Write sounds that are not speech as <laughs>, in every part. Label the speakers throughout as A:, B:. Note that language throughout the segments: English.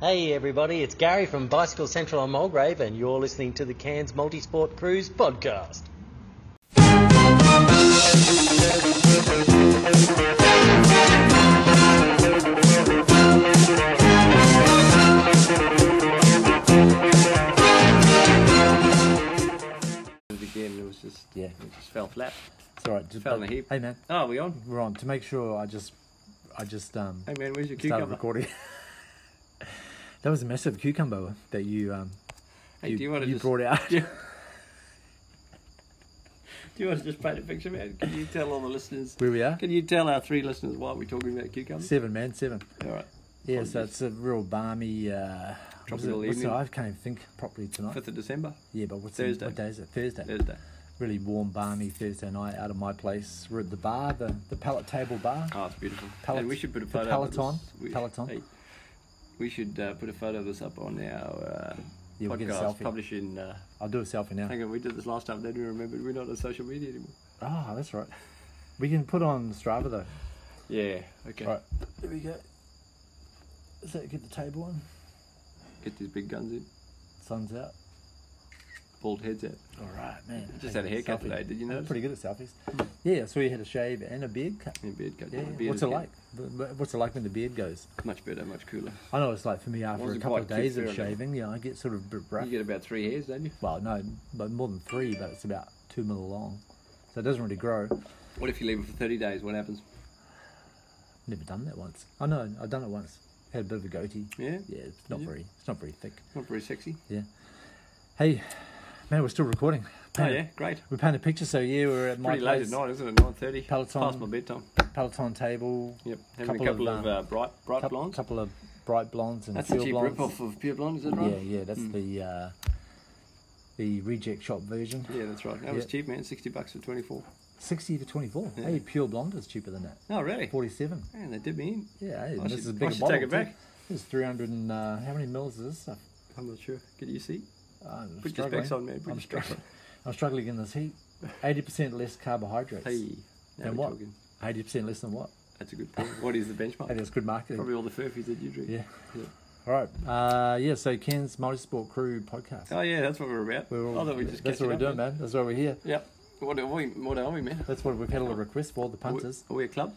A: Hey everybody, it's Gary from Bicycle Central on Mulgrave, and you're listening to the Cairns Multisport Cruise Podcast.
B: Again, it was just
C: Yeah.
B: it just fell flat.
C: It's all right. Just,
B: Fell in the heap.
C: Hey man,
B: Oh, we on?
C: we're Ah, on. To make sure, I just, I just um,
B: Hey man, where's your
C: started
B: cucumber?
C: recording. <laughs> that was a massive cucumber that you um,
B: Hey,
C: you,
B: do you want to just
C: brought out. <laughs>
B: do, you, do you want to just paint a picture, man? Can you tell all the listeners?
C: Where we are?
B: Can you tell our three listeners why we're talking about cucumbers?
C: Seven man, seven.
B: All right,
C: Yeah, so it's a real balmy. Uh, what is it?
B: Tropical
C: What's it?
B: evening.
C: I can't even think properly tonight.
B: fifth of December,
C: Yeah, but what's
B: Thursday.
C: The, what day is it? Thursday.
B: Thursday.
C: Really warm, balmy Thursday night out of my place. We're at the bar, the the pallet table bar.
B: Oh, it's beautiful.
C: Pellet-
B: and we should put a
C: the
B: photo. of this-
C: Peloton,
B: We,
C: Peloton.
B: hey, we should uh, put a photo of this up on our uh,
C: Yeah, we'll get a
B: podcast.
C: selfie.
B: Publish in. Uh,
C: I'll do a selfie now.
B: hang on, we did this last time. Then we remembered we're not on social media anymore.
C: Ah, that's right. We can put on Strava though.
B: Yeah. Okay.
C: All right. There we go. Is that get the table on?
B: Get these big guns in.
C: Sun's out.
B: Bald heads out.
C: All right, man. Hmm.
B: Just
C: Hey,
B: had a haircut
C: selfie.
B: today, did you
C: I'm
B: notice?
C: Pretty good at selfies. Yeah, so you had a shave and a beard cut.
B: In beard cut.
C: Yeah.
B: The beard is
C: What's it
B: good.
C: like? Wh- wh- What's it like when the beard goes?
B: Much better, much cooler.
C: I know it's like for me after a
B: Wasn't
C: couple of
B: quite
C: days of
B: cute, fair enough.
C: shaving, yeah, I get sort of a bit rough.
B: You get about three hairs, don't you?
C: Well, no, but more than three, but it's about two mil long, so it doesn't really grow.
B: What if you leave it for 30 days? What happens?
C: Never done that once. I know I've done it once. Had a bit of a goatee.
B: Yeah?
C: Yeah, it's not
B: Yeah.
C: very, it's not very thick.
B: Not very sexy.
C: Yeah. Hey, man, we're still recording.
B: Oh,
C: Painted-
B: yeah, great.
C: We painted a picture, so yeah, we're at my
B: Pretty late
C: place,
B: at night, isn't it? 9.30?
C: Peloton.
B: Past my bedtime.
C: Peloton table,
B: Yep. Having
C: Couple
B: a couple
C: of,
B: of,
C: uh,
B: uh, bright, bright
C: coup-
B: blondes.
C: couple of bright blondes and
B: That's a
C: pure
B: cheap
C: blondes.
B: rip-off of Pure Blonde, is that right? Hmm.
C: Yeah, yeah, that's the uh, the reject shop version.
B: Yeah, that's right. That was
C: Yeah.
B: cheap, man. 60 bucks for 24.
C: Sixty to twenty four.
B: Yeah.
C: Hey, pure blonde is cheaper than that.
B: Oh, really?
C: Forty seven.
B: Man, they did me in.
C: Yeah, hey,
B: I
C: and this
B: should-
C: is a
B: I
C: bigger
B: should
C: bottle.
B: take it
C: too.
B: back.
C: This is three hundred and uh, how many mils is this stuff?
B: I'm not sure. Can you see?
C: I'm
B: Put your
C: struggling.
B: specs on, man. Put
C: I'm
B: your specs
C: struggling. I'm struggling in this heat.
B: <laughs>
C: Eighty percent less carbohydrates.
B: Hey. Now
C: than
B: we're
C: what?
B: talking.
C: Eighty percent less than what?
B: That's a good point. What is the
C: Hey,
B: benchmark?
C: that's good marketing.
B: Probably all the furfies that you drink.
C: Yeah.
B: Yeah.
C: All right. Uh, yeah. So Ken's Multisport Crew podcast.
B: Oh, yeah, that's what we're about.
C: We're all,
B: I thought we'd just
C: that's
B: catch
C: what we're
B: up,
C: doing, man. That's why we're here.
B: Yep. What are we, what are we man?
C: That's what we've had a lot of requests for. The
B: Are we,
C: punters.
B: are we a club?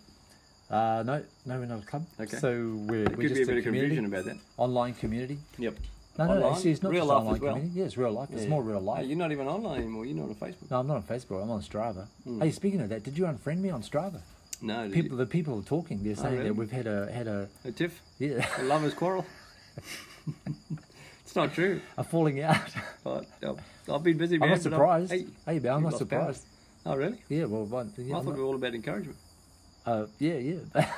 C: Uh, no, no, we're not a club.
B: Okay.
C: So
B: There
C: we're, we're
B: could
C: just
B: be a bit of
C: community,
B: confusion about that.
C: online community.
B: Yep.
C: No, no,
B: Online?
C: actually, it's not
B: Real
C: just
B: life
C: online
B: as well.
C: community. Yeah, it's real life. It's more real
B: Oh,
C: life.
B: you're not even online anymore. You're not on Facebook.
C: No, I'm not on Facebook. I'm on Strava. Hey, speaking of that, did you unfriend me on Strava?
B: No, Hmm. did Oh,
C: People, the people are talking. They're saying
B: really?
C: that we've had a had a
B: you? A tiff?
C: yeah <laughs>
B: A lover's quarrel? it's not true.
C: a falling out.
B: But, uh, I've been busy, man.
C: I'm not
B: but
C: surprised.
B: Hey,
C: Hey, Bill, I'm
B: you
C: not
B: lost power.
C: surprised.
B: Oh, really?
C: Yeah, well, but, yeah,
B: I thought
C: I'm
B: we
C: not-
B: were all about encouragement.
C: uh, yeah, yeah. <laughs>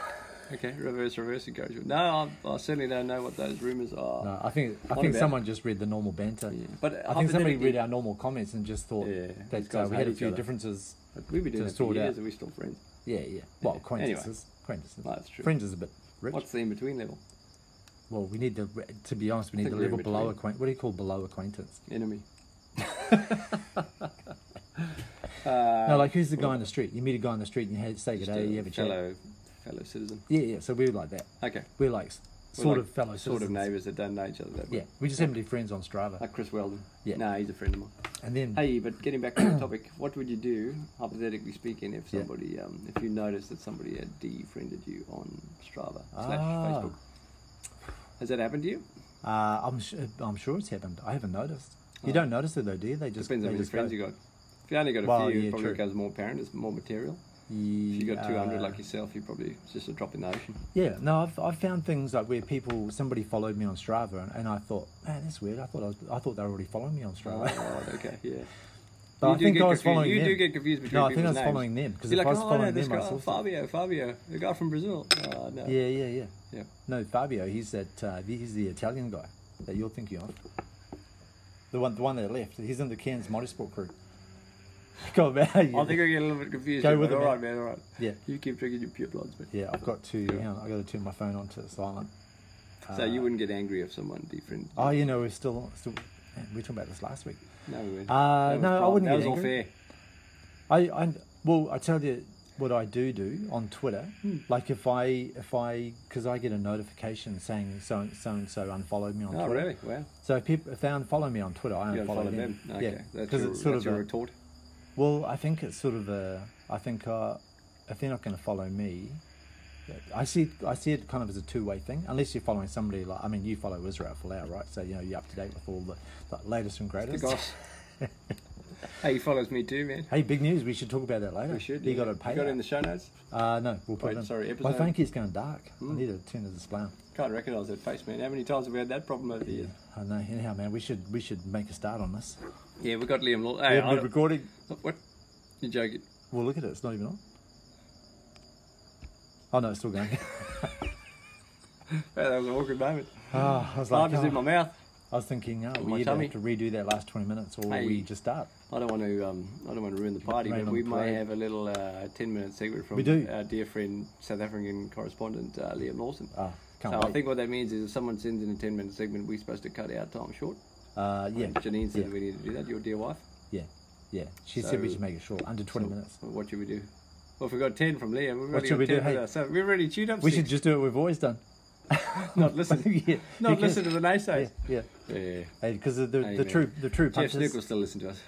B: Okay, reverse, reverse encouragement. No, I, I certainly don't know what those rumours are.
C: No, I think I
B: Not
C: think
B: about-
C: someone just read the normal banter.
B: Yeah. But
C: I think somebody
B: hypothetically-
C: read our normal comments and just thought
B: Yeah, these
C: that uh,
B: guys
C: we
B: hate
C: had a
B: each
C: few
B: other.
C: differences.
B: But We've been doing
C: to
B: this for
C: sort
B: years
C: out.
B: and we're still friends.
C: Yeah, yeah. Well,
B: Anyway.
C: acquaintances, acquaintances.
B: No, that's true.
C: Friends is a bit rich.
B: What's the in-between level?
C: Well, we need the to be honest, we need
B: think
C: the
B: we're in
C: level below
B: between.
C: acquaintance. What do you call below acquaintance? <laughs>
B: Enemy. Uh,
C: no, like who's the guy in the street? You meet a guy in the street and you ha- say good
B: Just
C: day,
B: a
C: you have a chat.
B: fellow, fellow citizen.
C: Yeah, yeah. So we're like that.
B: Okay.
C: We're like s-
B: We're
C: sort
B: like
C: of fellow
B: Sort of
C: citizens.
B: neighbours that don't know each other that well.
C: Yeah, we just happen to be friends on Strava.
B: Like Chris Weldon.
C: Yeah.
B: No, he's a friend of mine.
C: and then
B: Hey, but getting back to the topic, <coughs> what would you do, hypothetically speaking, if
C: Yeah.
B: somebody, um, if you noticed that somebody had defriended you on Strava slash
C: Ah.
B: Facebook? Has that happened to you?
C: uh, I'm su I'm sure it's happened. I haven't noticed. You don't notice it though, do you? They just
B: Oh. Depends on how
C: they
B: many
C: just go.
B: friends you got. If you only got a
C: Well,
B: few,
C: yeah,
B: it probably
C: true.
B: becomes more apparent. It's more material. If you got 200 like yourself, you probably it's just a drop in the
C: <laughs>
B: ocean.
C: Yeah, no, I've, I've found things like where people somebody followed me on Strava, and, and I thought, man, that's weird. I thought I, was, I thought they were already following me on
B: Oh,
C: Strava,
B: right, okay, yeah.
C: but
B: You
C: I
B: do
C: think
B: get
C: I was
B: confused-
C: following
B: You
C: them.
B: do get confused between
C: No, I
B: people's
C: think I was
B: names.
C: following them because
B: You're
C: if
B: like,
C: I was
B: oh, I know
C: following
B: this
C: them, I
B: guy,
C: saw stuff.
B: Fabio, Fabio, the guy from Brazil. Oh, no.
C: Yeah, yeah, yeah.
B: Yeah.
C: No, Fabio, he's that uh, he's the Italian guy that you're thinking of. The one, the one that left. He's in the Cairns Motorsport <laughs> crew. God, man,
B: I think I get a little bit confused.
C: Go
B: here,
C: with
B: but
C: it,
B: all right,
C: man.
B: man. All right.
C: <laughs> Yeah.
B: You keep drinking your pure bloods, man.
C: yeah, I've got to. Hang on, I got to turn my phone on to silent.
B: So you wouldn't get angry if someone different.
C: Oh, you know, we're still, still we were talking about this last week.
B: no, we wouldn't. That
C: Uh,
B: was
C: no, I
B: prime.
C: wouldn't
B: That
C: get
B: was all
C: angry.
B: fair.
C: I, I well, I tell you, what I do do on Twitter.
B: Hmm.
C: Like if I if I because I get a notification saying so so and so unfollowed me on
B: Oh,
C: Twitter.
B: really? Wow.
C: So if, people, if they unfollow me on Twitter, I
B: You unfollow
C: unfollow,
B: them.
C: them.
B: Okay.
C: Yeah,
B: That's
C: because
B: your,
C: it's sort
B: that's
C: of
B: your
C: a,
B: retort.
C: well, I think it's sort of a. I think uh, if they're not going to follow me, I see. It, I see it kind of as a two-way thing. Unless you're following somebody like, I mean, you follow Israel Folau, right? So you know you're up to date with all the, the latest and
B: The
C: greatest.
B: goss. hey, he follows me too, man.
C: Hey, big news! We should talk about that later.
B: We should.
C: He
B: yeah.
C: got a
B: You got it in
C: payout.
B: the show notes?
C: uh, no, we'll put
B: Wait,
C: it in.
B: sorry,
C: My
B: episode- Hmm.
C: phone keeps going dark. I need to turn the display on.
B: Can't recognise that face, man. How many times have we had that problem over the years?
C: I know. Anyhow, man, we should we should make a start on this.
B: Yeah, we got Liam. Law-
C: We
B: Hey,
C: haven't
B: I
C: been recording.
B: don't- what? You're joking.
C: Well, look at it. It's not even on. Oh no, it's
B: <laughs>
C: still going.
B: Hey, that was an awkward moment.
C: Ah, <laughs> I was like,
B: Life is
C: oh.
B: in my mouth.
C: I was thinking, oh,
B: my
C: we either
B: tummy.
C: have to redo that last 20 minutes or
B: Hey.
C: we just start.
B: I don't want to. Um, I don't want to ruin the party,
C: Rain
B: but
C: on
B: we
C: the
B: may
C: parade.
B: have a little uh, ten-minute segment from
C: We do.
B: our dear friend, South African correspondent uh, Liam Lawson.
C: Ah, can't
B: so
C: wait.
B: I think what that means is if someone sends in a ten-minute segment, we're supposed to cut our time short.
C: Uh, yeah,
B: Janine said
C: yeah.
B: we need to do that. Your dear wife.
C: yeah, yeah. She said we
B: So-
C: should make it short, under 20 minutes.
B: Well, What should we do? Well, if we got ten from Liam, we've
C: What
B: already
C: should
B: got
C: we do?
B: ten with
C: Hey.
B: us. So we've already chewed up.
C: We should
B: six.
C: just do what we've always done. <laughs>
B: not listen.
C: Yeah,
B: not
C: because-
B: listen to the
C: Yeah,
B: naysayers.
C: yeah.
B: Yeah.
C: Because the, the,
B: Hey,
C: the
B: man.
C: true the true
B: Jeff
C: punches.
B: Snook will still listen to us.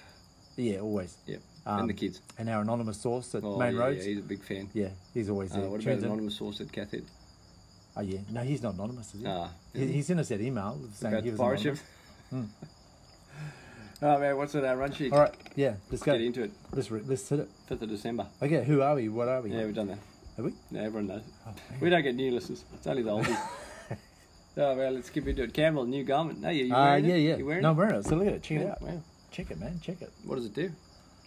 C: Yeah, always.
B: Yep.
C: Um,
B: and the kids.
C: And our anonymous source at
B: Oh,
C: Main
B: yeah,
C: Roads.
B: Yeah, he's a big fan.
C: Yeah, he's always there.
B: Uh, what about
C: Tunes in.
B: anonymous source at Cathit?
C: Oh, yeah. No, he's not anonymous, is he?
B: Ah,
C: he, he sent us that email saying
B: About
C: he
B: the
C: was
B: pirate
C: anonymous.
B: ship? <laughs> oh man, what's in our run sheet?
C: All right, yeah, let's go.
B: Get into it.
C: Let's, re- let's hit it.
B: Fifth of December.
C: Okay, who are we? What are we?
B: Yeah, we've done that.
C: Are we?
B: No, everyone knows.
C: Oh,
B: We don't get new listeners. It's only the
C: <laughs>
B: oldies. oh well, let's skip into it. Campbell, new garment. No, you you
C: Uh,
B: wearing
C: yeah,
B: it?
C: yeah.
B: You wearing
C: no,
B: it?
C: I'm wearing it. So look at it. Check it
B: Yeah,
C: out.
B: wow.
C: Check it, man. Check it.
B: What does it do?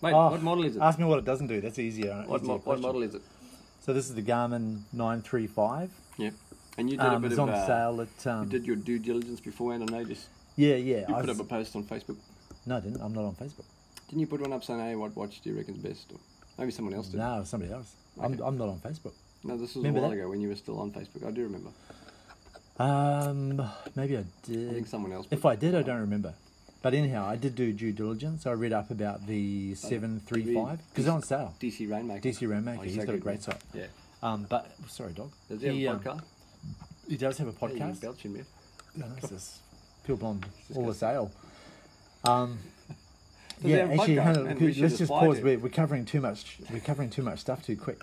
B: Mate,
C: Oh,
B: what model is it?
C: Ask me what it doesn't do. That's easier.
B: What,
C: easier
B: mo- what
C: question.
B: model is it?
C: So this is the Garmin 935.
B: Yeah. And you did a
C: Um,
B: bit
C: it's
B: of
C: on
B: uh,
C: sale at.
B: You
C: Um,
B: did your due diligence beforehand. I noticed
C: yeah, yeah.
B: you
C: I
B: put
C: was-
B: up a post on Facebook.
C: no, I didn't. I'm not on Facebook.
B: Didn't you put one up saying, "Hey, what watch do you reckon's best?" Or maybe someone else did.
C: No, it's somebody else. I'm, I'm not on Facebook.
B: No, this was
C: Remember
B: a while
C: that?
B: ago when you were still on Facebook. I do remember.
C: Um, maybe I did.
B: I think someone else.
C: If
B: put-
C: I did, I don't remember. But anyhow, I did do due diligence. I read up about the 735 because it's on sale.
B: DC Rainmaker.
C: DC Rainmaker.
B: he's
C: He's
B: so
C: got a
B: good,
C: great
B: man.
C: site.
B: Yeah.
C: Um, but sorry, dog.
B: Does he have a
C: um,
B: podcast?
C: he does have a
B: Hey, you're
C: podcast.
B: belching, man.
C: Yeah, that's just pure blonde. All the sale. Um,
B: <laughs> Does
C: yeah,
B: it have
C: actually,
B: podcast?
C: hang on,
B: Man,
C: good,
B: we should
C: let's just
B: aspire
C: pause.
B: to.
C: We're, we're covering too much. We're covering too much stuff too quick.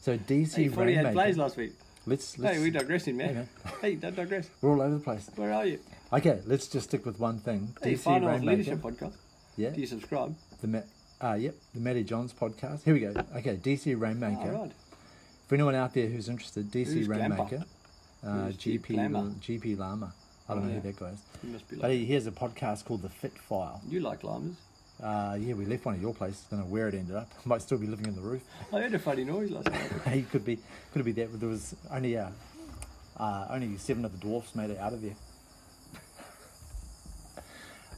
C: So DC
B: Hey, 48 plays
C: Rainmaker.
B: last week.
C: Let's, let's
B: Hey, we're digressing,
C: Hey,
B: man.
C: man.
B: Hey, don't digress.
C: we're all over the place.
B: Where are you?
C: Okay, let's just stick with one thing.
B: Hey,
C: DC
B: Final Leadership
C: Rainmaker.
B: Podcast.
C: Yeah,
B: Do you subscribe? Ah,
C: the Ma- uh, yep, the Matty Johns podcast. Here we go. Okay, DC
B: All
C: Rainmaker.
B: right.
C: For anyone out there who's interested, DC
B: Who's Glamper?
C: Rainmaker, uh,
B: Who's
C: GP
B: Glamper?
C: GP Lama. I don't
B: Oh,
C: know
B: yeah.
C: who that guy is,
B: You must be
C: but
B: like.
C: he, he has a podcast called The Fit File.
B: You like climbers?
C: Uh, yeah, we left one at your place. Don't know where it ended up. <laughs> Might still be living in the roof. <laughs>
B: I heard a funny noise last night.
C: he could be, could be that. But there was only uh, uh, only seven of the dwarfs made it out of there. <laughs>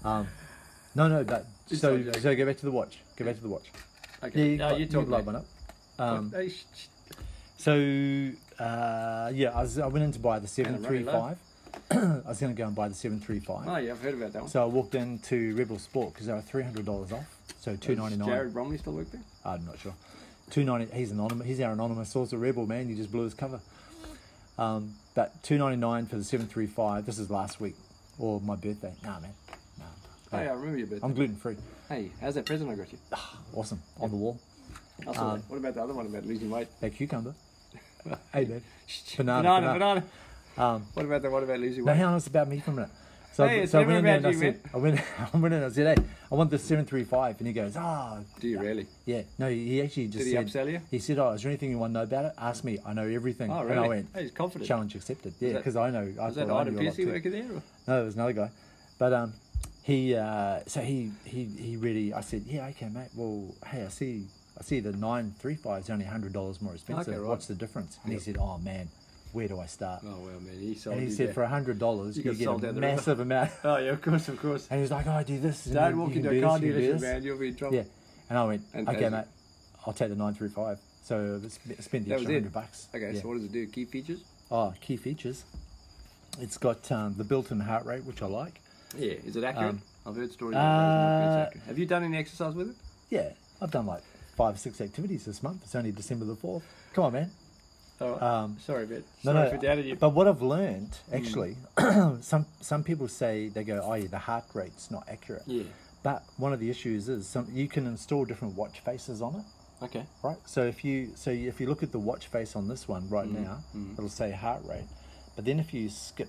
C: um, no, no, but
B: It's
C: so
B: not joking.
C: so go back to the watch. Go back to the watch. Yeah,
B: Okay.
C: you,
B: no,
C: got-
B: you
C: you
B: talk.
C: light
B: mate.
C: one up. Um,
B: Hey, sh- sh-
C: so uh, yeah, I, was, I went in to buy the seven
B: Man, I'm running
C: three
B: low.
C: five. <clears throat> I was going to go and buy the seven three
B: Oh,
C: five.
B: yeah, I've heard about that one.
C: So I walked into Rebel Sport because they were three hundred dollars off. So two ninety
B: Does
C: nine.
B: Jared Bromley still work there?
C: I'm not sure. Two ninety. He's anonymous. He's our anonymous source of rebel man. You just blew his cover. Um, but two ninety nine for the seven three five. This is last week or my birthday. Nah, man. Nah.
B: Hey, I remember your birthday.
C: I'm Uh, gluten free.
B: Hey, how's that present I got you?
C: Awesome on the wall.
B: I saw that. What about the other one about losing weight?
C: That cucumber. hey, man.
B: Banana,
C: Banana. banana.
B: banana.
C: Um,
B: What about the one about losing
C: Now,
B: weight?
C: hang on, it's about me for a minute. So,
B: Hey,
C: I-
B: it's
C: so I went
B: never
C: in there and
B: about
C: I
B: you,
C: said, I went, <laughs> I went in and I said, hey, I want the 735. And he goes, ah,
B: Do you really?
C: yeah. No, he actually just
B: Did he
C: said,
B: upsell you?
C: he said, oh, is there anything you want to know about it? Ask me. I know everything.
B: Oh,
C: And I
B: really?
C: went,
B: Hey, he's confident.
C: Challenge accepted. Yeah,
B: that-
C: because I know. I
B: Was that
C: thought I
B: Ida
C: knew a lot
B: Piercy
C: too.
B: working there? Or?
C: No, it was another guy. But um, he uh, so he he he really. I said, yeah, okay, mate. Well, hey, I see. I see the nine three five is only hundred dollars more expensive.
B: Okay, right.
C: What's the difference? And he said, "Oh man, where do I start?"
B: Oh, well, man, he sold
C: and he
B: you
C: said,
B: there.
C: "For hundred dollars,
B: You
C: you,
B: got
C: get
B: sold
C: a
B: down the river.
C: massive amount." <laughs>
B: Oh, yeah, of course, of course.
C: And he was like, "Oh, I do this." and
B: Don't
C: you-
B: walk
C: you can
B: into
C: do
B: a
C: this,
B: car
C: you can do
B: dealership,
C: this.
B: man. You'll be in trouble.
C: Yeah, and I went,
B: And
C: "Okay,
B: as-
C: mate, I'll take the nine three five. So I sp- spent the
B: That was
C: extra
B: it.
C: hundred bucks.
B: Okay,
C: Yeah.
B: so what does it do? Key features?
C: Oh, key features. It's got um, the built-in heart rate, which I like.
B: Yeah. Is it accurate?
C: Um,
B: I've heard stories. about those, and it's
C: uh,
B: accurate. Have you done any exercise with it?
C: Yeah, I've done like five, six activities this month. It's only December the 4th. Come on, man.
B: All right.
C: Um,
B: Sorry, bit.
C: No,
B: Sorry
C: no,
B: for doubting you. Hmm.
C: But what I've learned, actually, <clears throat> some some people say they go, oh yeah, the heart rate's not accurate.
B: Yeah.
C: But one of the issues is some, you can install different watch faces on it,
B: Okay.
C: right? So if you so if you look at the watch face on this one right
B: Mm-hmm.
C: now, it'll say heart rate. But then if you skip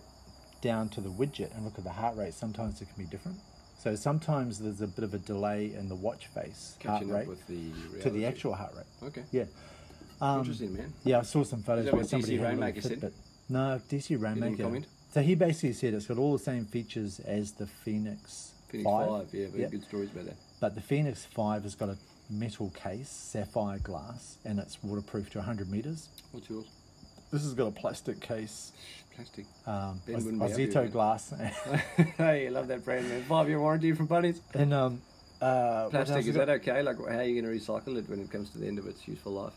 C: down to the widget and look at the heart rate, sometimes it can be different. So sometimes there's a bit of a delay in the watch face
B: Catching
C: heart
B: up
C: rate
B: with the reality.
C: to the actual heart rate.
B: Okay.
C: Yeah. Um,
B: Interesting, man.
C: Yeah, I saw some photos
B: Is that
C: where
B: what
C: somebody
B: DC
C: had a little
B: Rainmaker said?
C: Fitbit. No, DC Rainmaker.
B: comment?
C: So he basically said it's got all the same features as the Phoenix,
B: Phoenix Five. yeah, very good stories about that.
C: But the Phoenix 5 has got a metal case, sapphire glass, and it's waterproof to 100 meters.
B: What's yours?
C: This has got a plastic case,
B: Plastic.
C: um,
B: Ben
C: Oz-
B: wouldn't be happy with
C: Ozito
B: that.
C: glass, <laughs>
B: <laughs> hey, love that brand, man. Five year warranty from Buddies.
C: and um, uh, what else
B: Plastic,
C: has
B: is
C: it
B: that
C: got?
B: okay? Like, how are you going to recycle it when it comes to the end of its useful life?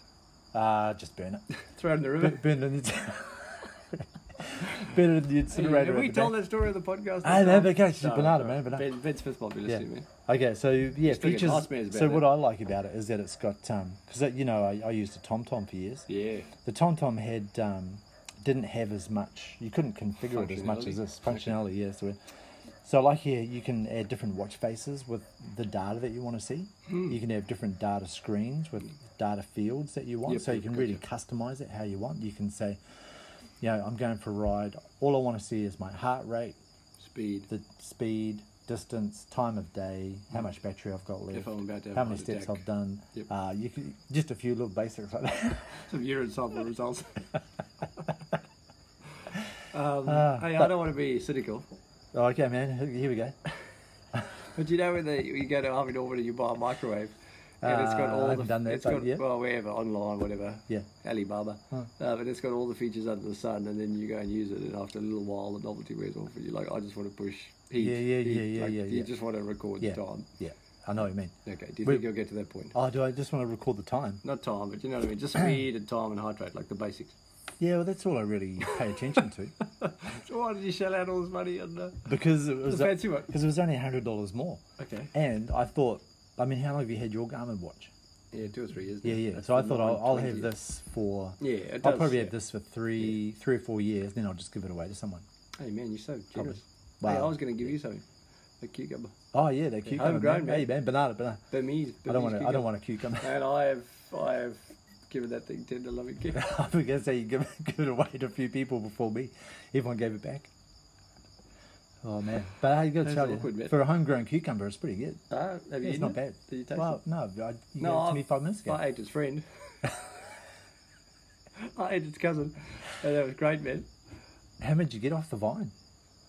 C: Uh, just burn it.
B: Throw it in the
C: <laughs>
B: river.
C: burn, burn it in the, burn it in the incinerator.
B: Have
C: at
B: we
C: the
B: told
C: back.
B: that story of the podcast.
C: Ah,
B: that
C: no, but
B: time?
C: guys, banana, man, banana.
B: Ben, ben Smith might be listening, man.
C: Okay, so yeah,
B: thinking
C: features.
B: nightmares about
C: So
B: that.
C: what I like about it is that it's got because you know I, I used a TomTom for years.
B: Yeah.
C: The TomTom had um, didn't have as much. You couldn't configure it as much as
B: Functionality.
C: this functionality. Yeah, so so like here you can add different watch faces with the data that you want to see.
B: Hmm.
C: You can have different data screens with data fields that you want,
B: Yep,
C: so you
B: yep,
C: can
B: gotcha.
C: really customize it how you want. You can say, you know, I'm going for a ride. All I want to see is my heart rate,
B: Speed.
C: the speed, distance, time of day, how much battery I've got left,
B: Hmm. If I'm about to have
C: how
B: a
C: many
B: heart
C: steps
B: attack.
C: I've done.
B: Yep.
C: Uh, you can, just a few little basics like that. <laughs>
B: Some urine sample results. um, hey, I
C: Ah, but-
B: don't want to be cynical,
C: okay, man, here- here we go.
B: but you know when they, you go to Harvey Norman and you buy a microwave, and it's got
C: Uh, I
B: all the
C: haven't done that,
B: it's
C: but
B: got
C: yeah.
B: well wherever online whatever
C: Yeah.
B: Alibaba, uh, but it's got all the features under the sun, and then you go and use it, and after a little while the novelty wears off, and you're like, I just want to push heat,
C: Yeah, yeah,
B: heat,"
C: yeah, yeah,
B: like,
C: yeah,
B: you
C: yeah.
B: just want to record
C: Yeah,
B: the time.
C: yeah, I know what you mean.
B: Okay, do you
C: We-
B: think you'll get to that point?
C: Oh, do I just want to record the time?
B: Not time, but you know what I mean. Just speed and time and hydrate, like the basics.
C: Yeah, well, that's all I really pay
B: <laughs>
C: attention to
B: So why did you shell out all this money uh, on the?
C: because it was
B: The fancy one.
C: because it was only hundred dollars more,
B: Okay.
C: and I thought, I mean, how long have you had your Garmin watch?
B: Yeah, two or three years.
C: Yeah,
B: now.
C: yeah.
B: That's
C: so I
B: the
C: thought I'll, I'll
B: 920.
C: have this for.
B: Yeah, it
C: I'll
B: does,
C: probably
B: yeah.
C: have this for three, three or four years, then I'll just give it away to someone.
B: Hey man, you're so generous.
C: Wow.
B: Hey, I was going to give you something, a cucumber,
C: Oh yeah, they're cucumber.
B: homegrown,
C: man.
B: man.
C: Hey man, banana, banana.
B: Burmese.
C: I
B: Burmese
C: don't want to. I don't want a cucumber.
B: cucumber. And I have, I have given that thing tender loving <laughs> care.
C: <laughs> I was going to say you give, give it <laughs> away to a few people before me. Everyone gave it back. Oh man! But I got to
B: That's
C: tell you,
B: awkward, man.
C: for a homegrown cucumber, it's pretty good.
B: Ah, have you
C: It's
B: eaten
C: not
B: it?
C: bad.
B: Did you taste
C: well,
B: it?
C: no, I, you gave it to me five minutes ago.
B: I ate his friend. <laughs> I ate his cousin, and that was great, man.
C: How much did you get off the vine?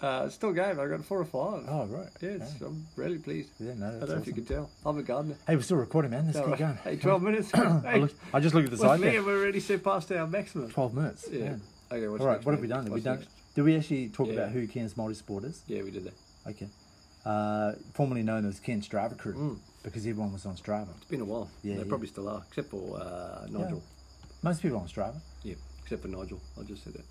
B: Uh, still game. I got four or five.
C: Oh right.
B: yes,
C: Okay.
B: I'm really pleased.
C: Yeah, no,
B: I
C: that's
B: don't know if you
C: awesome.
B: can tell. I'm a gardener.
C: Hey, we're still recording, man. Let's
B: All
C: keep
B: right.
C: going.
B: <laughs> Hey, 12
C: <coughs>
B: minutes. hey,
C: I, look, I just looked at the
B: with
C: side
B: Liam,
C: there.
B: we're already set past our maximum.
C: Twelve minutes.
B: Yeah.
C: man.
B: Okay, what's
C: All right.
B: next,
C: What
B: mate?
C: have we done? Have we
B: What's
C: done?
B: next?
C: Did we actually talk
B: Yeah.
C: about who Ken's multisport is?
B: Yeah, we did that.
C: Okay. Uh, formerly known as Ken Strava Crew,
B: Mm.
C: because everyone was on Strava.
B: It's been a while.
C: Yeah,
B: they
C: yeah.
B: probably still are, except for uh, Nigel.
C: Most people on Strava.
B: Yeah. except for Nigel. I just said that.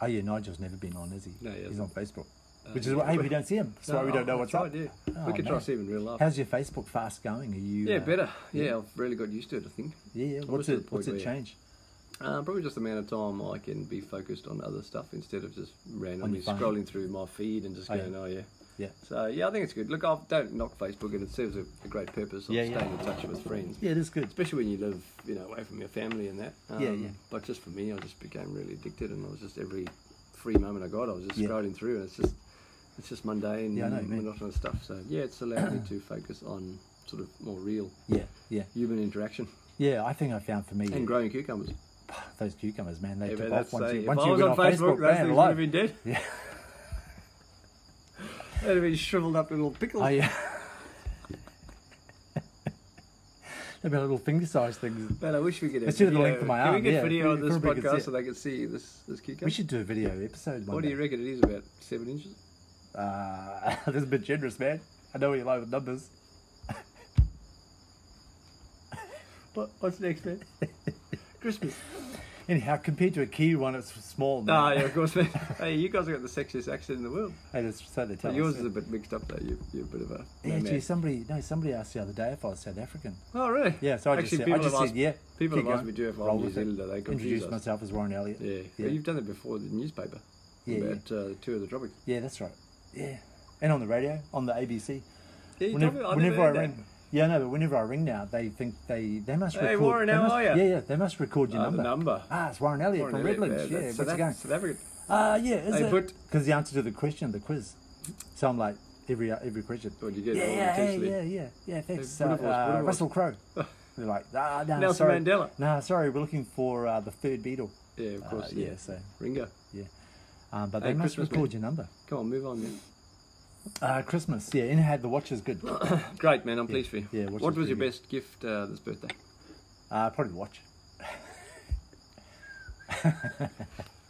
C: Oh yeah, Nigel's never been on, is he?
B: No, he
C: He's
B: hasn't. Uh,
C: on Facebook, which is why hey, we don't see him. That's why we don't know
B: I
C: what's
B: tried,
C: up.
B: Yeah.
C: Oh,
B: we could try
C: man.
B: to see him in real life.
C: How's your Facebook fast going? Are you?
B: yeah,
C: uh,
B: better. Yeah, I've really got used to it, I think.
C: Yeah, yeah.
B: I'm
C: What's
B: just at
C: it?
B: the point
C: What's it
B: where-
C: change?
B: Uh, probably just the amount of time I can be focused on other stuff instead of just randomly
C: phone.
B: scrolling through my feed and just
C: Oh, yeah.
B: going, oh, yeah.
C: Yeah.
B: So, yeah, I think it's good. Look, I don't knock Facebook, and it serves a, a great purpose of
C: Yeah, yeah.
B: staying in touch with friends.
C: Yeah, it is good.
B: especially when you live, you know, away from your family and that. Um,
C: Yeah, yeah.
B: But just for me, I just became really addicted, and I was just every free moment I got, I was just
C: Yeah.
B: scrolling through, and it's just it's just mundane,
C: Yeah, I know what you mean.
B: monotonous stuff. So yeah, it's allowed me to focus on sort of more real
C: Yeah, yeah,
B: human interaction
C: yeah. I think I found for me
B: and growing cucumbers.
C: those cucumbers, man. They
B: Yeah,
C: took
B: but that's,
C: off
B: uh,
C: once you
B: if
C: once
B: I
C: you
B: was
C: went
B: on
C: on Facebook,
B: Facebook, those
C: man.
B: things would have
C: Live.
B: been dead.
C: Yeah.
B: <laughs> They'd have been shriveled up little pickles. <laughs>
C: Oh yeah. <laughs> They'd be little finger-sized things.
B: Man, I wish we could have
C: Let's do the
B: video.
C: length of my
B: Can
C: arm,
B: we get
C: yeah.
B: video on
C: You
B: this
C: probably could see
B: podcast
C: it.
B: so they can see this this cucumber?
C: We should do a video episode. One
B: what do you
C: day.
B: reckon it is? About seven inches.
C: Uh, <laughs> this is a bit generous, man. I know you like with numbers. <laughs>
B: What, what's next, man? Christmas.
C: Anyhow, compared to a Kiwi one, it's small. Man.
B: Ah, yeah,
C: <laughs>
B: of course. mate. <laughs> hey, you guys have got the sexiest accent in the world.
C: Hey, that's- so they tell
B: But
C: us,
B: yours
C: yeah.
B: is a bit mixed up, though. You, you're a bit of a.
C: Yeah,
B: nomad.
C: gee, somebody no, somebody asked the other day if I was South African.
B: Oh, really?
C: Yeah, so I
B: Actually,
C: just said,
B: people
C: I just
B: have
C: said
B: asked-
C: yeah.
B: People
C: Keep
B: have asked
C: going.
B: me, do you have
C: Roll
B: I'm New
C: with it.
B: Zealander? They confuse
C: Introduced
B: us.
C: myself as Warren Elliott.
B: Yeah.
C: Yeah.
B: But you've done it before, the newspaper.
C: Yeah, yeah.
B: about Uh, Two of the Tropics.
C: Yeah, that's right. Yeah, and on the radio, on the ABC.
B: Yeah, you
C: Whenever,
B: told me- I
C: whenever
B: never
C: I
B: heard that.
C: ring, yeah, no, but whenever I ring now, they think they they must.
B: Hey,
C: record,
B: Warren,
C: they
B: how
C: must-
B: are ya?
C: Yeah, yeah, they must record your
B: Ah, the
C: number.
B: number.
C: Ah, it's Warren Elliott
B: Warren
C: from
B: Elliott,
C: Redlands.
B: yeah,
C: Yeah,
B: that's
C: what's it
B: South-
C: going?
B: South African.
C: Ah, yeah, is
B: They
C: it?
B: put-
C: Because the answer to the question, the quiz. So I'm like every uh, every question.
B: Well, you get it
C: yeah,
B: all
C: yeah, hey,
B: intentionally.
C: yeah, yeah, yeah. Thanks,
B: They
C: uh,
B: put it on, put it
C: uh,
B: on.
C: Russell
B: <laughs>
C: Crowe. They're like, ah, no,
B: Nelson
C: sorry,
B: Mandela.
C: No, sorry, we're looking for uh, the third Beatle.
B: Yeah, of course.
C: Uh, yeah, so
B: Ringo.
C: yeah, um, but they
B: Hey,
C: must
B: Christmas,
C: record
B: mate.
C: your number.
B: Come on, move on then.
C: Uh, Christmas, yeah. Anyhow, the watch is good. <coughs>
B: Great, man. I'm pleased for you.
C: yeah, watch
B: what
C: is
B: was your
C: pretty
B: best gift uh, this birthday?
C: Uh, probably the watch.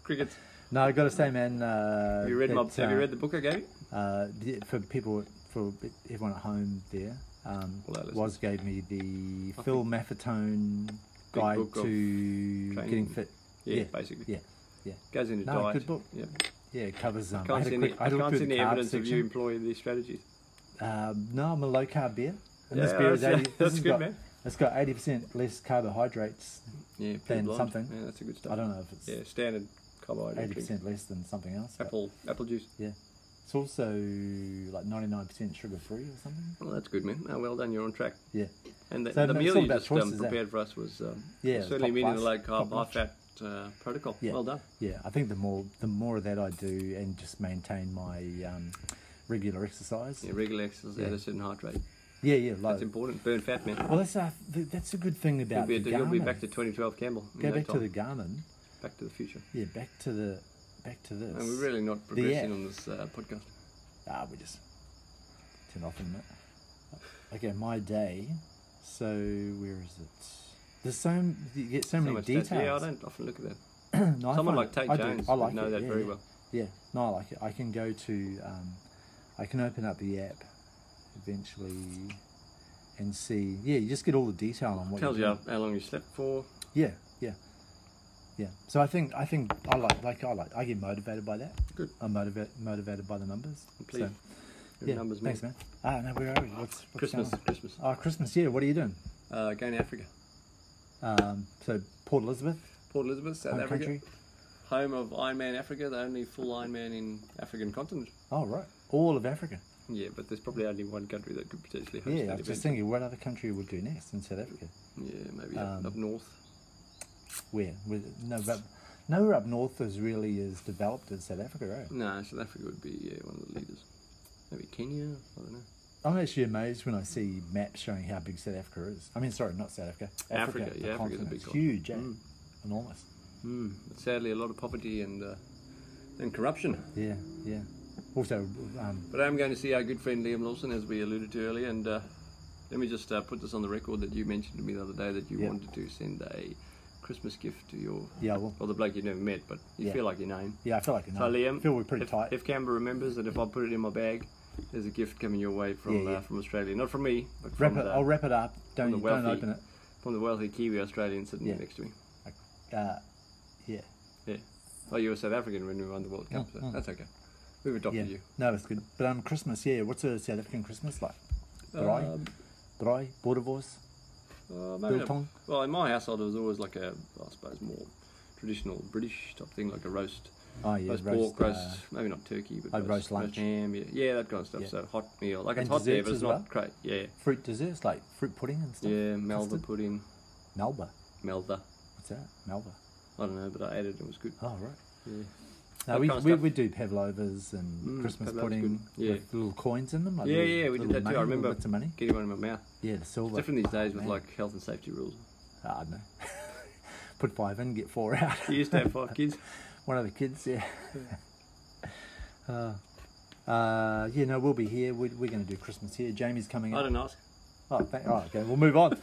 B: Crickets.
C: No, I got to say, man. Uh,
B: Have you read, my,
C: that,
B: have you
C: uh,
B: read the book I gave you?
C: uh, the- for people, for everyone at home there, um,
B: All our listeners.
C: was gave me the Phil Maffetone guide
B: book of
C: to getting
B: training.
C: fit.
B: Yeah, basically.
C: Yeah, yeah,
B: Goes into
C: No,
B: diet.
C: good book.
B: Yep.
C: yeah. It covers. Um, I
B: Can't
C: had
B: see
C: a
B: any,
C: quick. I looked
B: can't
C: through
B: see
C: the
B: any
C: carb
B: evidence of you
C: section.
B: employing these strategies.
C: Um, no, I'm a low carb beer, and this
B: Yeah,
C: beer
B: <laughs>
C: is
B: that's-
C: 80, this
B: that's
C: has
B: good,
C: got,
B: man.
C: It's got eighty percent less carbohydrates.
B: Yeah,
C: Then
B: blonde.
C: something.
B: Yeah, that's a good stuff.
C: I don't know if it's
B: Yeah, standard carbohydrate.
C: eighty
B: drink.
C: percent less than something else. but-
B: Apple, apple juice.
C: Yeah. It's also like 99% sugar free or something.
B: Well, that's good, man. Oh, well done. You're on track.
C: Yeah.
B: And the,
C: So,
B: the
C: no, it's
B: meal
C: all
B: you
C: about
B: just um,
C: choices, eh?
B: prepared for us was um,
C: Yeah,
B: certainly
C: top
B: meeting the low
C: class,
B: carb,
C: top
B: high
C: notch.
B: fat uh, protocol.
C: Yeah.
B: Well done.
C: Yeah. I think the more the more of that I do and just maintain my um, regular exercise.
B: Yeah, regular exercise
C: Yeah.
B: at a certain heart rate.
C: Yeah, yeah. Like,
B: That's important. Burn fat, man.
C: well, that's, uh, th- that's a good thing
B: You'll
C: about
B: be,
C: the
B: you'll
C: Garmin.
B: be back to 2012 Campbell. in
C: Go
B: no
C: back to
B: time.
C: the Garmin.
B: back to the future.
C: Yeah, back to the back to this.
B: And we're really not
C: The
B: progressing
C: app.
B: on this uh, podcast.
C: Ah, we just turn off in a minute. Okay, my day. So where is it? There's so m- you get so,
B: So
C: many
B: much
C: details.
B: data. Yeah, I don't often look at that.
C: <clears throat> No, I
B: Someone
C: find-
B: like Tate
C: I do.
B: Jones
C: I
B: would
C: like
B: know
C: it,
B: that
C: yeah,
B: very
C: yeah.
B: well.
C: Yeah, no, I like it. I can go to, um, I can open up the app eventually and see. Yeah, you just get all the detail on what
B: Tells you
C: you're
B: how, how long you slept for.
C: doing. Yeah, yeah, yeah. So I think I think I like like I like I get motivated by that.
B: Good.
C: I'm motivated motivated by the numbers.
B: Please.
C: So,
B: Your
C: yeah.
B: numbers,
C: thanks, man. Ah, no, where are we? What's, what's
B: Christmas,
C: Going
B: Christmas.
C: on? Oh, Christmas. Yeah. What are you doing?
B: Uh, going to Africa.
C: Um, so Port Elizabeth,
B: Port Elizabeth, South
C: home
B: Africa.
C: country.
B: Home of Ironman Africa, the only full Ironman in African continent.
C: Oh, right. All of Africa.
B: Yeah, but there's probably only one country that could potentially host
C: Yeah, I
B: that
C: was just
B: event.
C: thinking, what other country would do next in South Africa?
B: Yeah, maybe up,
C: Um,
B: up north.
C: Where? With, no, but nowhere up north is really as developed as South Africa, eh? right?
B: No, South Africa would be yeah, one of the leaders. Maybe Kenya. I don't know.
C: I'm actually amazed when I see maps showing how big South Africa is. I mean, sorry, not South Africa. Africa,
B: Africa,
C: the
B: yeah, Africa's a
C: continent.
B: big
C: It's
B: continent. Mm.
C: huge, eh? enormous.
B: Hmm. But sadly, a lot of poverty and uh, and corruption.
C: Yeah, yeah. Also, um,
B: But I'm going to see our good friend Liam Lawson, as we alluded to earlier, and uh, let me just uh, put this on the record that you mentioned to me the other day that you
C: Yeah.
B: wanted to send a Christmas gift to your
C: yeah, well,
B: well, the bloke you've never met, but you
C: Yeah.
B: feel like you know him.
C: yeah. I feel like you know,
B: So Liam,
C: I feel we're pretty
B: if,
C: tight.
B: If Canberra remembers that if I put it in my bag, there's a gift coming your way from
C: Yeah, yeah.
B: Uh, from Australia, not from me, but
C: wrap
B: from
C: it.
B: the,
C: I'll wrap it up. Don't
B: the
C: don't
B: wealthy-
C: open it.
B: from the wealthy Kiwi Australian sitting
C: Yeah.
B: there next to me.
C: Uh, yeah,
B: Yeah. Well, you were South African when we won the World Cup, so that's okay. We've adopted
C: Oh, yeah.
B: you.
C: No, it's good. But um, Christmas, yeah. What's a South African Christmas like? Braai,
B: Um,
C: braai, border voice.
B: Uh, maybe not-
C: Biltong?
B: Well, in my household, it was always like a, I suppose, more traditional British type thing, like a roast,
C: Oh yeah,
B: roast,
C: roast,
B: pork, roast,
C: uh,
B: maybe not turkey, but
C: like roast lunch.
B: ham, yeah, yeah, that kind of stuff.
C: Yeah.
B: So hot meal, like it's
C: And
B: hot there,
C: desserts
B: but it's
C: as
B: not
C: well?
B: great. Yeah,
C: fruit desserts like fruit pudding and stuff.
B: yeah, Malva
C: Custard?
B: pudding,
C: Melba.
B: Melva.
C: What's that? Melba.
B: I don't know, but I ate it. It was good.
C: Oh, right.
B: Yeah.
C: No,
B: That
C: we,
B: kind of
C: we,
B: stuff.
C: we do pavlovas and
B: Mm,
C: Christmas
B: pavlovas
C: pudding
B: good. Yeah.
C: with little coins in them. Like
B: yeah,
C: little-
B: yeah, we did
C: little
B: that too.
C: money,
B: I
C: little
B: remember
C: Bits of money.
B: getting one in my mouth.
C: Yeah, the silver.
B: It's different these days
C: Oh,
B: with
C: man.
B: like health and safety rules.
C: Ah, no. <laughs> Put five in, get four <laughs> out.
B: You used to have five <laughs> kids.
C: One of the
B: <laughs>
C: kids, yeah. uh, uh, yeah, no, we'll be here. We're, we're going to do Christmas here. Jamie's coming
B: I
C: up.
B: don't ask.
C: Oh, thank, oh, okay, we'll move on.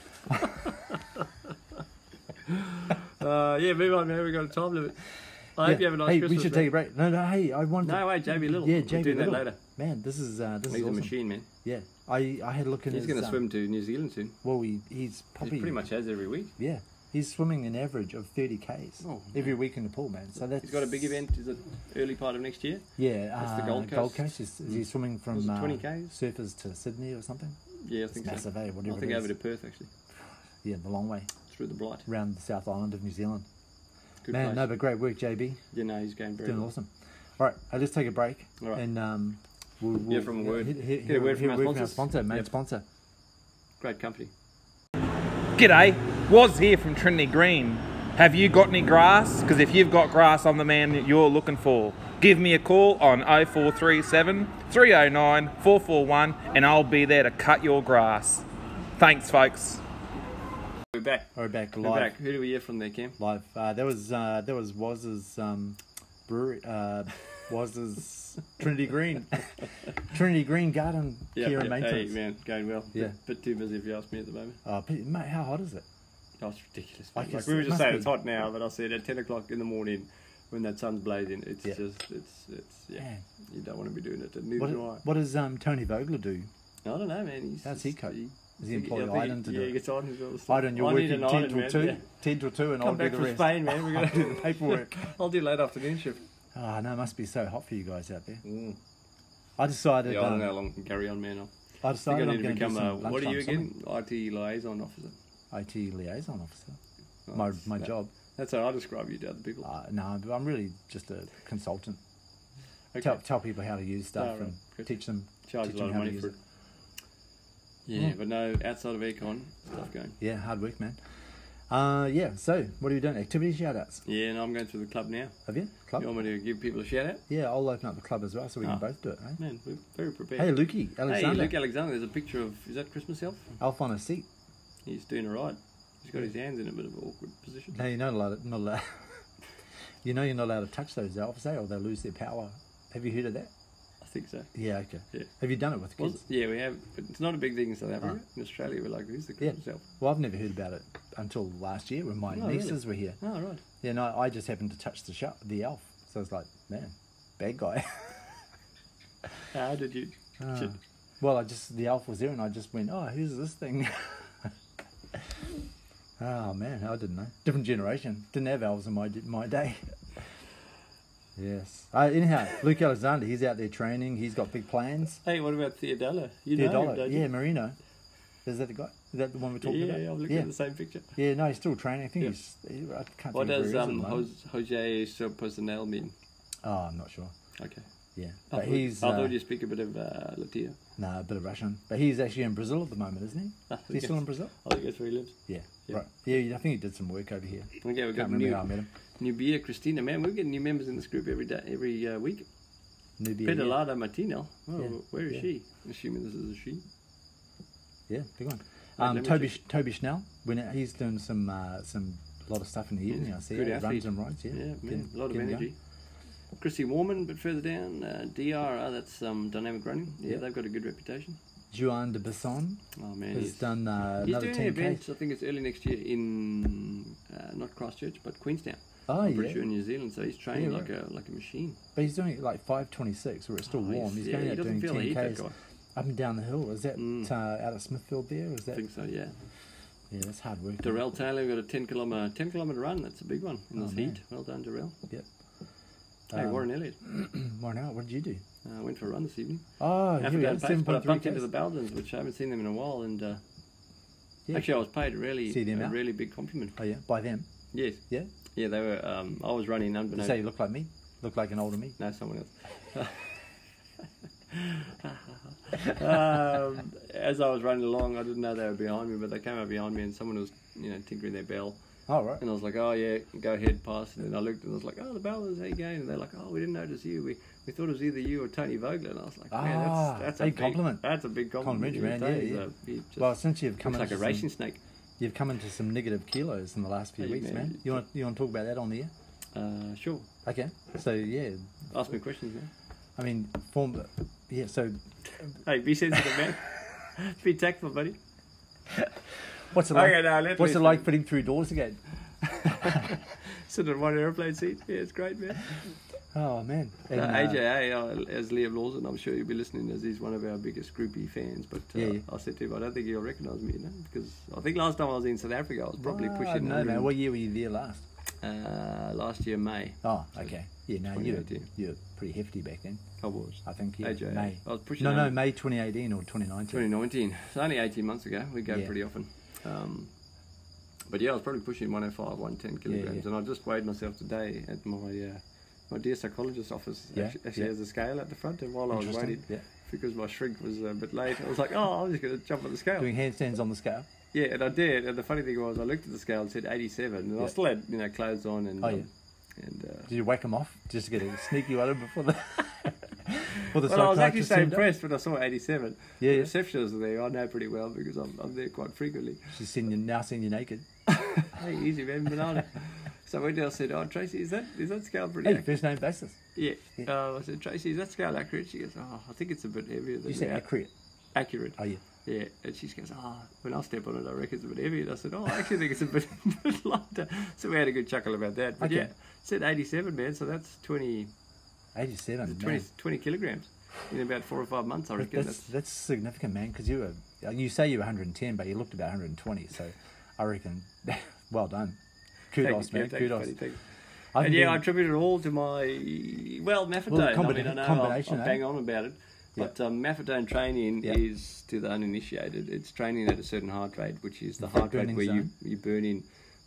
B: Uh, yeah, move on, man. We've got a time limit. <laughs> I hope
C: Yeah.
B: you have a nice
C: hey,
B: Christmas.
C: we should
B: man.
C: take a break. No, no, hey, I want
B: No, wait, Jamie Little.
C: Yeah,
B: We'll
C: Jamie
B: do that
C: Little.
B: later.
C: Man, this is uh, this
B: He's
C: is
B: a
C: awesome.
B: machine, man.
C: Yeah, I I had a look in
B: He's
C: his.
B: going to
C: um,
B: swim to New Zealand soon.
C: Well, he, he's probably
B: He pretty much has every week.
C: yeah. He's swimming an average of 30 Ks
B: Oh,
C: every week in the pool, man. So that's
B: He's got a big event. Is it early part of next year?
C: Yeah,
B: That's
C: uh,
B: the Gold
C: Gold
B: Coast. Mm.
C: Coast. Is, is he swimming
B: Was
C: from
B: it
C: uh,
B: 20 Ks?
C: surfers to Sydney or something?
B: Yeah, I
C: It's
B: think so.
C: massive, eh? Whatever
B: I think
C: it
B: over
C: is.
B: to Perth actually,
C: Yeah, the long way
B: through the blight.
C: round the South Island of New Zealand.
B: Good
C: man,
B: place.
C: no, but great work, JB.
B: yeah, no, he's going very
C: Doing
B: well.
C: awesome. All right, uh, let's take a break.
B: All right.
C: And um, we'll, we'll
B: from a word.
C: he- he-
B: Get a word from
C: hear
B: our sponsors.
C: sponsor, main
B: Yep.
C: sponsor.
B: Great company.
D: G'day, Was here from Trinity Green. Have you got any grass? Because if you've got grass, I'm the man that you're looking for. Give me a call on 0437 309 441 and I'll be there to cut your grass. Thanks, folks.
B: We're back.
C: All right, back
B: We're
C: live.
B: back. Who do we hear from there, Cam?
C: Live. Uh, that was uh, that was Waz's um, brewery. Uh,
B: <laughs>
C: Waz's Trinity Green, Trinity Green Garden care and
B: hey
C: maintenance.
B: man, going well.
C: Yeah.
B: Bit, bit too busy if you ask me at the moment.
C: Oh, but, mate, how hot is it?
B: That's ridiculous.
C: I
B: mate.
C: guess
B: Like we were
C: it
B: just
C: must
B: saying,
C: be.
B: it's hot now, but I said at ten o'clock in the morning, when that sun's blazing, it's
C: Yeah.
B: just, it's, it's, yeah,
C: Man.
B: you don't want to be doing it. And neither
C: What,
B: do I.
C: what does um, Tony Vogler do?
B: I don't know, man. He's
C: How's
B: just,
C: he cope? Is he
B: I think-
C: employed
B: I think
C: Ireland to
B: yeah,
C: do
B: he
C: it?
B: gets on with all the stuff.
C: Ireland, you're
B: I need
C: working
B: an
C: 10
B: Ireland,
C: till
B: man,
C: 2,
B: yeah.
C: 10 till 2, and
B: Come
C: I'll do
B: back
C: the
B: from
C: rest.
B: Spain, man. We're
C: <laughs> I'll
B: gonna
C: do
B: <laughs>
C: the paperwork.
B: I'll do late afternoon shift.
C: Ah, no, it must be so hot for you guys out there.
B: Mm.
C: I decided.
B: Yeah, I don't
C: um,
B: know how long I can carry on, man. I think
C: I
B: I
C: decided
B: need
C: I'm
B: to
C: going to
B: become a.
C: some
B: What are you
C: lunchtime
B: again? IT liaison officer.
C: something. IT liaison officer.
B: Oh,
C: my
B: that's-
C: my
B: that-
C: job.
B: That's how I describe you to other people.
C: Uh, no, but I'm really just a consultant.
B: Okay.
C: Tell, tell people how to use stuff
B: Alright,
C: and
B: good.
C: teach them.
B: Charge a
C: teach
B: lot
C: them
B: of
C: how to
B: money
C: use Hmm.
B: for it. Yeah, but no outside of econ stuff going.
C: Yeah, hard work, man. Uh, yeah. So, what are you doing? Activity shout outs.
B: Yeah, and I'm going through the club now.
C: Have you club?
B: You want me to give people a shout out?
C: Yeah, I'll open up the club as well, so we can
B: Ah.
C: both do it. Eh?
B: Man, we're very prepared.
C: Hey, Lukey,
B: Hey,
C: Alexander,
B: Luke Alexander. There's a picture of is that Christmas elf?
C: Alf on a seat.
B: He's doing all right. He's got his hands in a bit of an awkward position.
C: No, you're not allowed. Not allowed. <laughs> you know, you're not allowed to touch those elves, eh? Or they'll lose their power. Have you heard of that?
B: I think so.
C: Yeah. Okay.
B: Yeah.
C: Have you done it with
B: Well,
C: kids?
B: yeah, we have. But it's not a big thing in South Africa. In Australia, we're like, who's the
C: Ah. Yeah.
B: Christmas elf?
C: Well, I've never heard about it until last year when my
B: Oh, really?
C: nieces were here.
B: Oh, right.
C: Yeah, no, I just happened to touch the shop, the elf. So I was like, man, bad guy. <laughs>
B: How did you?
C: Ah. well, I just the elf was there, and I just went, oh, who's this thing? <laughs> oh man, I didn't know. Different generation. Didn't have elves in my my day. <laughs> yes. Uh, anyhow, Luke Alexander, he's out there training. He's got big plans.
B: Hey, what about Theodella? You know
C: Yeah,
B: him,
C: Dollar.
B: don't you?
C: Yeah, Marino. Is that the guy? Is that the one we're talking
B: yeah,
C: about?
B: yeah, I'm looking
C: yeah.
B: at the same picture.
C: Yeah, no, he's still training. I think
B: Yeah.
C: he's. he- I can't
B: What
C: think of
B: does
C: where he is at the
B: um,
C: moment.
B: Jose, Jose so personnel mean?
C: Oh, I'm not sure.
B: Okay.
C: Yeah,
B: I
C: but
B: thought, I
C: he's uh,
B: thought you speak a bit of uh, Latino.
C: nah, a bit of Russian. But he's actually in Brazil at the moment, isn't he?
B: I <laughs>
C: Is he
B: guess-
C: still in Brazil?
B: I think that's where he lives.
C: Yeah,
B: Yeah.
C: right. Yeah, I think he did some work over here.
B: Okay, we've
C: Can't
B: got
C: remember
B: new,
C: how I met him.
B: new beer, Christina. Man, we're getting new members in this group every day, every uh, week.
C: Nubia, yeah.
B: Pedalada Martino. Oh,
C: Yeah,
B: where is
C: yeah.
B: she? Assuming this is a she.
C: Yeah, big one.
B: Right,
C: Um,
B: let me
C: Toby Sh- Toby Schnell, when it- he's doing some uh, some lot of stuff in the evening. I see.
B: good
C: eh?
B: athlete.
C: runs and rides. Yeah,
B: Yeah,
C: Get
B: man,
C: him-
B: a lot of
C: get him going.
B: energy. Chrissy Warman, but further down, uh, DR, oh, that's um, Dynamic Running. Yeah,
C: Yeah.
B: they've got a good reputation.
C: Juan de Besson
B: Oh, man.
C: has
B: He's,
C: done uh,
B: he's
C: another
B: doing an
C: ten k.
B: event, I think it's early next year in, uh, not Christchurch, but Queenstown.
C: Oh
B: I'm pretty
C: yeah,
B: sure in New Zealand, so he's training
C: Yeah,
B: like, a, like a machine.
C: but he's doing it like five twenty six, where it's still
B: Oh,
C: warm. He's,
B: yeah,
C: going
B: he
C: out
B: doesn't
C: doing
B: feel the heat,
C: ten
B: that
C: k's
B: guy.
C: up and down the hill. Is that uh, out of Smithfield there? Is
B: I
C: that
B: Mm. think so, yeah.
C: yeah? That's hard work.
B: Darrell Taylor got a 10 kilometre 10 kilometer run. That's a big one in
C: Oh,
B: this
C: man.
B: heat. Well done, Darrell.
C: Yep.
B: Hey,
C: Um,
B: Warren Elliott.
C: Warren Howard, what did you do?
B: I uh, went for a run this evening.
C: Oh,
B: I
C: here we
B: forgot
C: go.
B: to pay,
C: Seven
B: but I
C: point three
B: bumped into the
C: k's.
B: Baldwins, which I haven't seen them in a while, and uh,
C: Yeah.
B: actually I was paid really
C: See them
B: a
C: out?
B: really big compliment.
C: Oh yeah, by them.
B: Yes,
C: Yeah.
B: yeah, they were. Um, I was running
C: You
B: unbeknownst.
C: say you look like me. Look like an older me.
B: No, someone else. <laughs> um, as I was running along, I didn't know they were behind me, but they came up behind me, and someone was, you know, tinkering their bell.
C: All right.
B: And I was like, oh, yeah, go ahead, pass. And then I looked and I was like, oh, the bell is you going? And they're like, oh, we didn't notice you. We, we thought it was either you or Tony Vogler. And I was like, man,
C: Ah,
B: that's, that's a
C: big
B: big
C: compliment.
B: That's a big compliment.
C: Complimentary, man, yeah,
B: Tony's a- he just
C: Well, since you've come
B: looks like
C: into
B: a racing
C: some,
B: snake.
C: you've come into some negative kilos in the last few
B: Hey,
C: weeks,
B: man,
C: man.
B: you-
C: You want you want to talk about that on the air?
B: Uh, sure.
C: Okay. So yeah,
B: Ask me questions
C: <laughs>
B: now.
C: I mean, form. Yeah. So
B: Hey, be sensitive, man. <laughs> be tactful, buddy.
C: what's it like?
B: Okay, now let
C: what's
B: me
C: it like putting through doors again?
B: Sit in one airplane seat. Yeah, it's great, man.
C: Oh man, And,
B: Uh,
C: uh,
B: AJA, uh, as Liam Lawson, I'm sure you'll be listening, as he's one of our biggest groupie fans. But uh,
C: Yeah, yeah.
B: I said to him, I don't think he'll recognise me, you know, because I think last time I was in South Africa, I was probably
C: oh,
B: pushing
C: No,
B: 100,
C: man. What year were you there last?
B: uh, last year May.
C: Oh, okay. Yeah, no, you were,
B: 2018.
C: you were pretty hefty back then.
B: I was
C: I think yeah,
B: AJA.
C: May.
B: I was Oh, pushing
C: no, no,
B: on.
C: May 2018 or 2019.
B: 2019. It's only 18 months ago. We go
C: Yeah.
B: pretty often. Um, but yeah, I was probably pushing 105, 110 kilograms,
C: yeah.
B: and I just weighed myself today at my uh, my dear psychologist's office.
C: Yeah,
B: Actually, actually
C: yeah.
B: has a scale at the front, and while I was
C: Interesting,
B: waiting,
C: yeah.
B: because my shrink was a bit late, I was like, oh, I'm just going to jump on the scale.
C: Doing handstands on the scale.
B: Yeah, and I did. And the funny thing was, I looked at the scale and said 87, and I
C: Yeah.
B: still had you know clothes on and
C: Oh,
B: um,
C: yeah.
B: and. Uh,
C: Did you whack them off just to get a sneaky one in before the? <laughs> before the
B: well, I was actually
C: psychiatrist
B: so
C: turned up?
B: impressed when I saw 87.
C: Yeah,
B: the
C: yeah.
B: receptionist there, I know pretty well because I'm, I'm there quite frequently.
C: She's seen you now, seen you naked.
B: Hey, easy man, banana. so when I said, "Oh, Tracy, is that is that scale pretty?"
C: Hey,
B: accurate?"
C: first name basis.
B: Yeah. Uh, I said, "Tracy, is that scale accurate?" She goes, "Oh, I think it's a bit heavier than
C: You said
B: the-
C: accurate.
B: accurate."
C: Oh yeah.
B: Yeah, and she goes, "Oh, when I step on it, I reckon it's a bit heavier." And I said, "Oh, I actually think it's a bit, <laughs> bit lighter." So we had a good chuckle about that. But
C: Okay.
B: yeah, it said 87, man. So that's 20,
C: 87.
B: 20,
C: man.
B: 20 kilograms in about four or five months, I
C: That-
B: reckon.
C: That's that's significant, man. Because you were you say you were 110, but you looked about 120. So I reckon, <laughs> well done. Kudos,
B: Thank you,
C: man.
B: thank you,
C: Kudos.
B: buddy, thank you.
C: I've
B: and yeah, I
C: been-
B: attribute it all to my well, methadone.
C: Well, the
B: I mean, I
C: combina-
B: know I,
C: combination,
B: I
C: eh?
B: bang on about it, but um, methadone training
C: Yeah.
B: is to the uninitiated. It's training at a certain heart rate, which is the heart rate
C: burning
B: where you
C: zone.
B: you burn in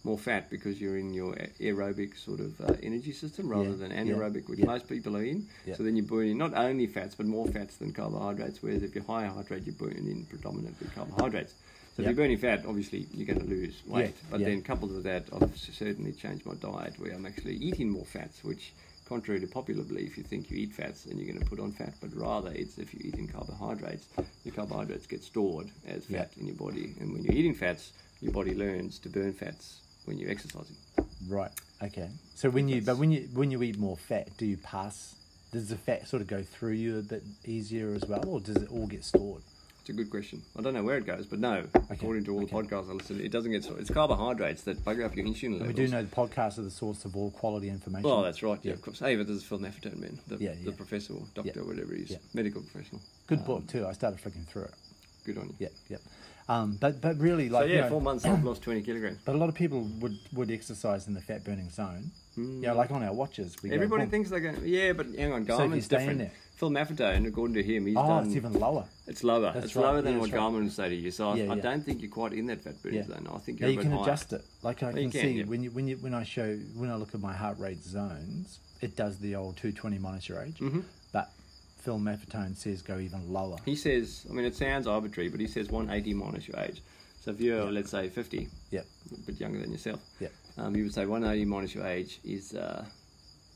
B: more fat because you're in your a- aerobic sort of uh, energy system rather
C: Yeah,
B: than
C: yeah,
B: anaerobic, which
C: yeah.
B: most people are in.
C: Yeah.
B: So then you're burning not only fats but more fats than carbohydrates. Whereas if you're high heart rate, you're burning in predominantly carbohydrates. So
C: Yeah.
B: if you're burning fat, obviously you're going to lose weight. but
C: yeah.
B: then coupled with that, I've s- certainly changed my diet where I'm actually eating more fats, which, contrary to popular belief, you think you eat fats and you're going to put on fat, but rather it's if you're eating carbohydrates, the carbohydrates get stored as
C: Yeah.
B: fat in your body. And when you're eating fats, your body learns to burn fats when you're exercising.
C: Right. Okay. So when you but when you when you eat more fat, do you pass? Does the fat sort of go through you a bit easier as well, or does it all get stored?
B: It's a good question. I don't know where it goes, but no, according to all the podcasts I listen to, it doesn't get stored. It's carbohydrates that bugger up your insulin
C: And
B: levels.
C: we do know the podcasts are the source of all quality information.
B: Oh, that's right. Yeah,
C: Yeah.
B: of course. Hey, but this is Phil Nefferton, man. The,
C: Yeah,
B: the
C: yeah.
B: professor, or doctor,
C: Yeah.
B: whatever he is,
C: Yeah.
B: medical professional.
C: good book too. I started flicking through it.
B: Good on you.
C: Yep, yep. Um, but but really,
B: So
C: like
B: yeah,
C: you know,
B: four months I've lost twenty kilograms.
C: But a lot of people would would exercise in the fat burning zone. You know, like on our watches, we go,
B: Mm. Everybody
C: boom.
B: thinks they're going. Yeah, but hang on,
C: So if you
B: Garmin's
C: stay in
B: different. Phil Maffetone, according to him, he's
C: Oh,
B: done.
C: it's even lower.
B: it's lower.
C: That's
B: it's
C: right.
B: lower than
C: Yeah,
B: what
C: that's right.
B: Garmin would say to you. So I,
C: Yeah,
B: I
C: yeah.
B: don't think you're quite in that fat burning
C: Yeah.
B: zone. I think
C: Now
B: you're
C: you
B: a bit
C: can
B: higher.
C: adjust it. Like I
B: Oh, you
C: can,
B: can,
C: see
B: yeah.
C: when you when you when I show when I look at my heart rate zones, it does the old 220 minus your age. But Phil Maffetone says go even lower.
B: Mm-hmm. He says, I mean, it sounds arbitrary, but he says 180 minus your age. So if you're, let's say, 50,
C: Yep.
B: a bit younger than yourself,
C: Yep.
B: um, you would say 180 minus your age is uh,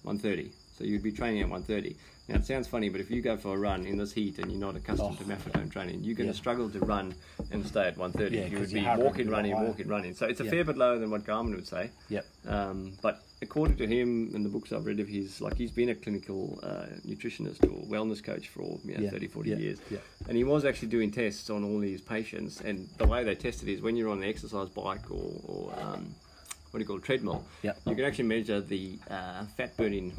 B: 130. So you'd be training at 130. Now it sounds funny, but if you go for a run in this heat and you're not accustomed to methadone training, you're going to
C: Oh. Yeah.
B: struggle to run and stay at 130.
C: Yeah,
B: you
C: 'cause
B: would
C: your
B: be
C: heart rate
B: walking,
C: would be
B: running,
C: higher.
B: walking, running. So it's a
C: Yeah.
B: fair bit lower than what Garmin would say.
C: Yep.
B: Um, but according to him and the books I've read of his, like he's been a clinical uh, nutritionist or wellness coach for you know,
C: Yeah,
B: 30, 40
C: yeah,
B: years.
C: yeah.
B: And he was actually doing tests on all these patients. And the way they tested is when you're on an exercise bike or, or um, what do you call it, treadmill,
C: Yeah.
B: you can actually measure the uh, fat burning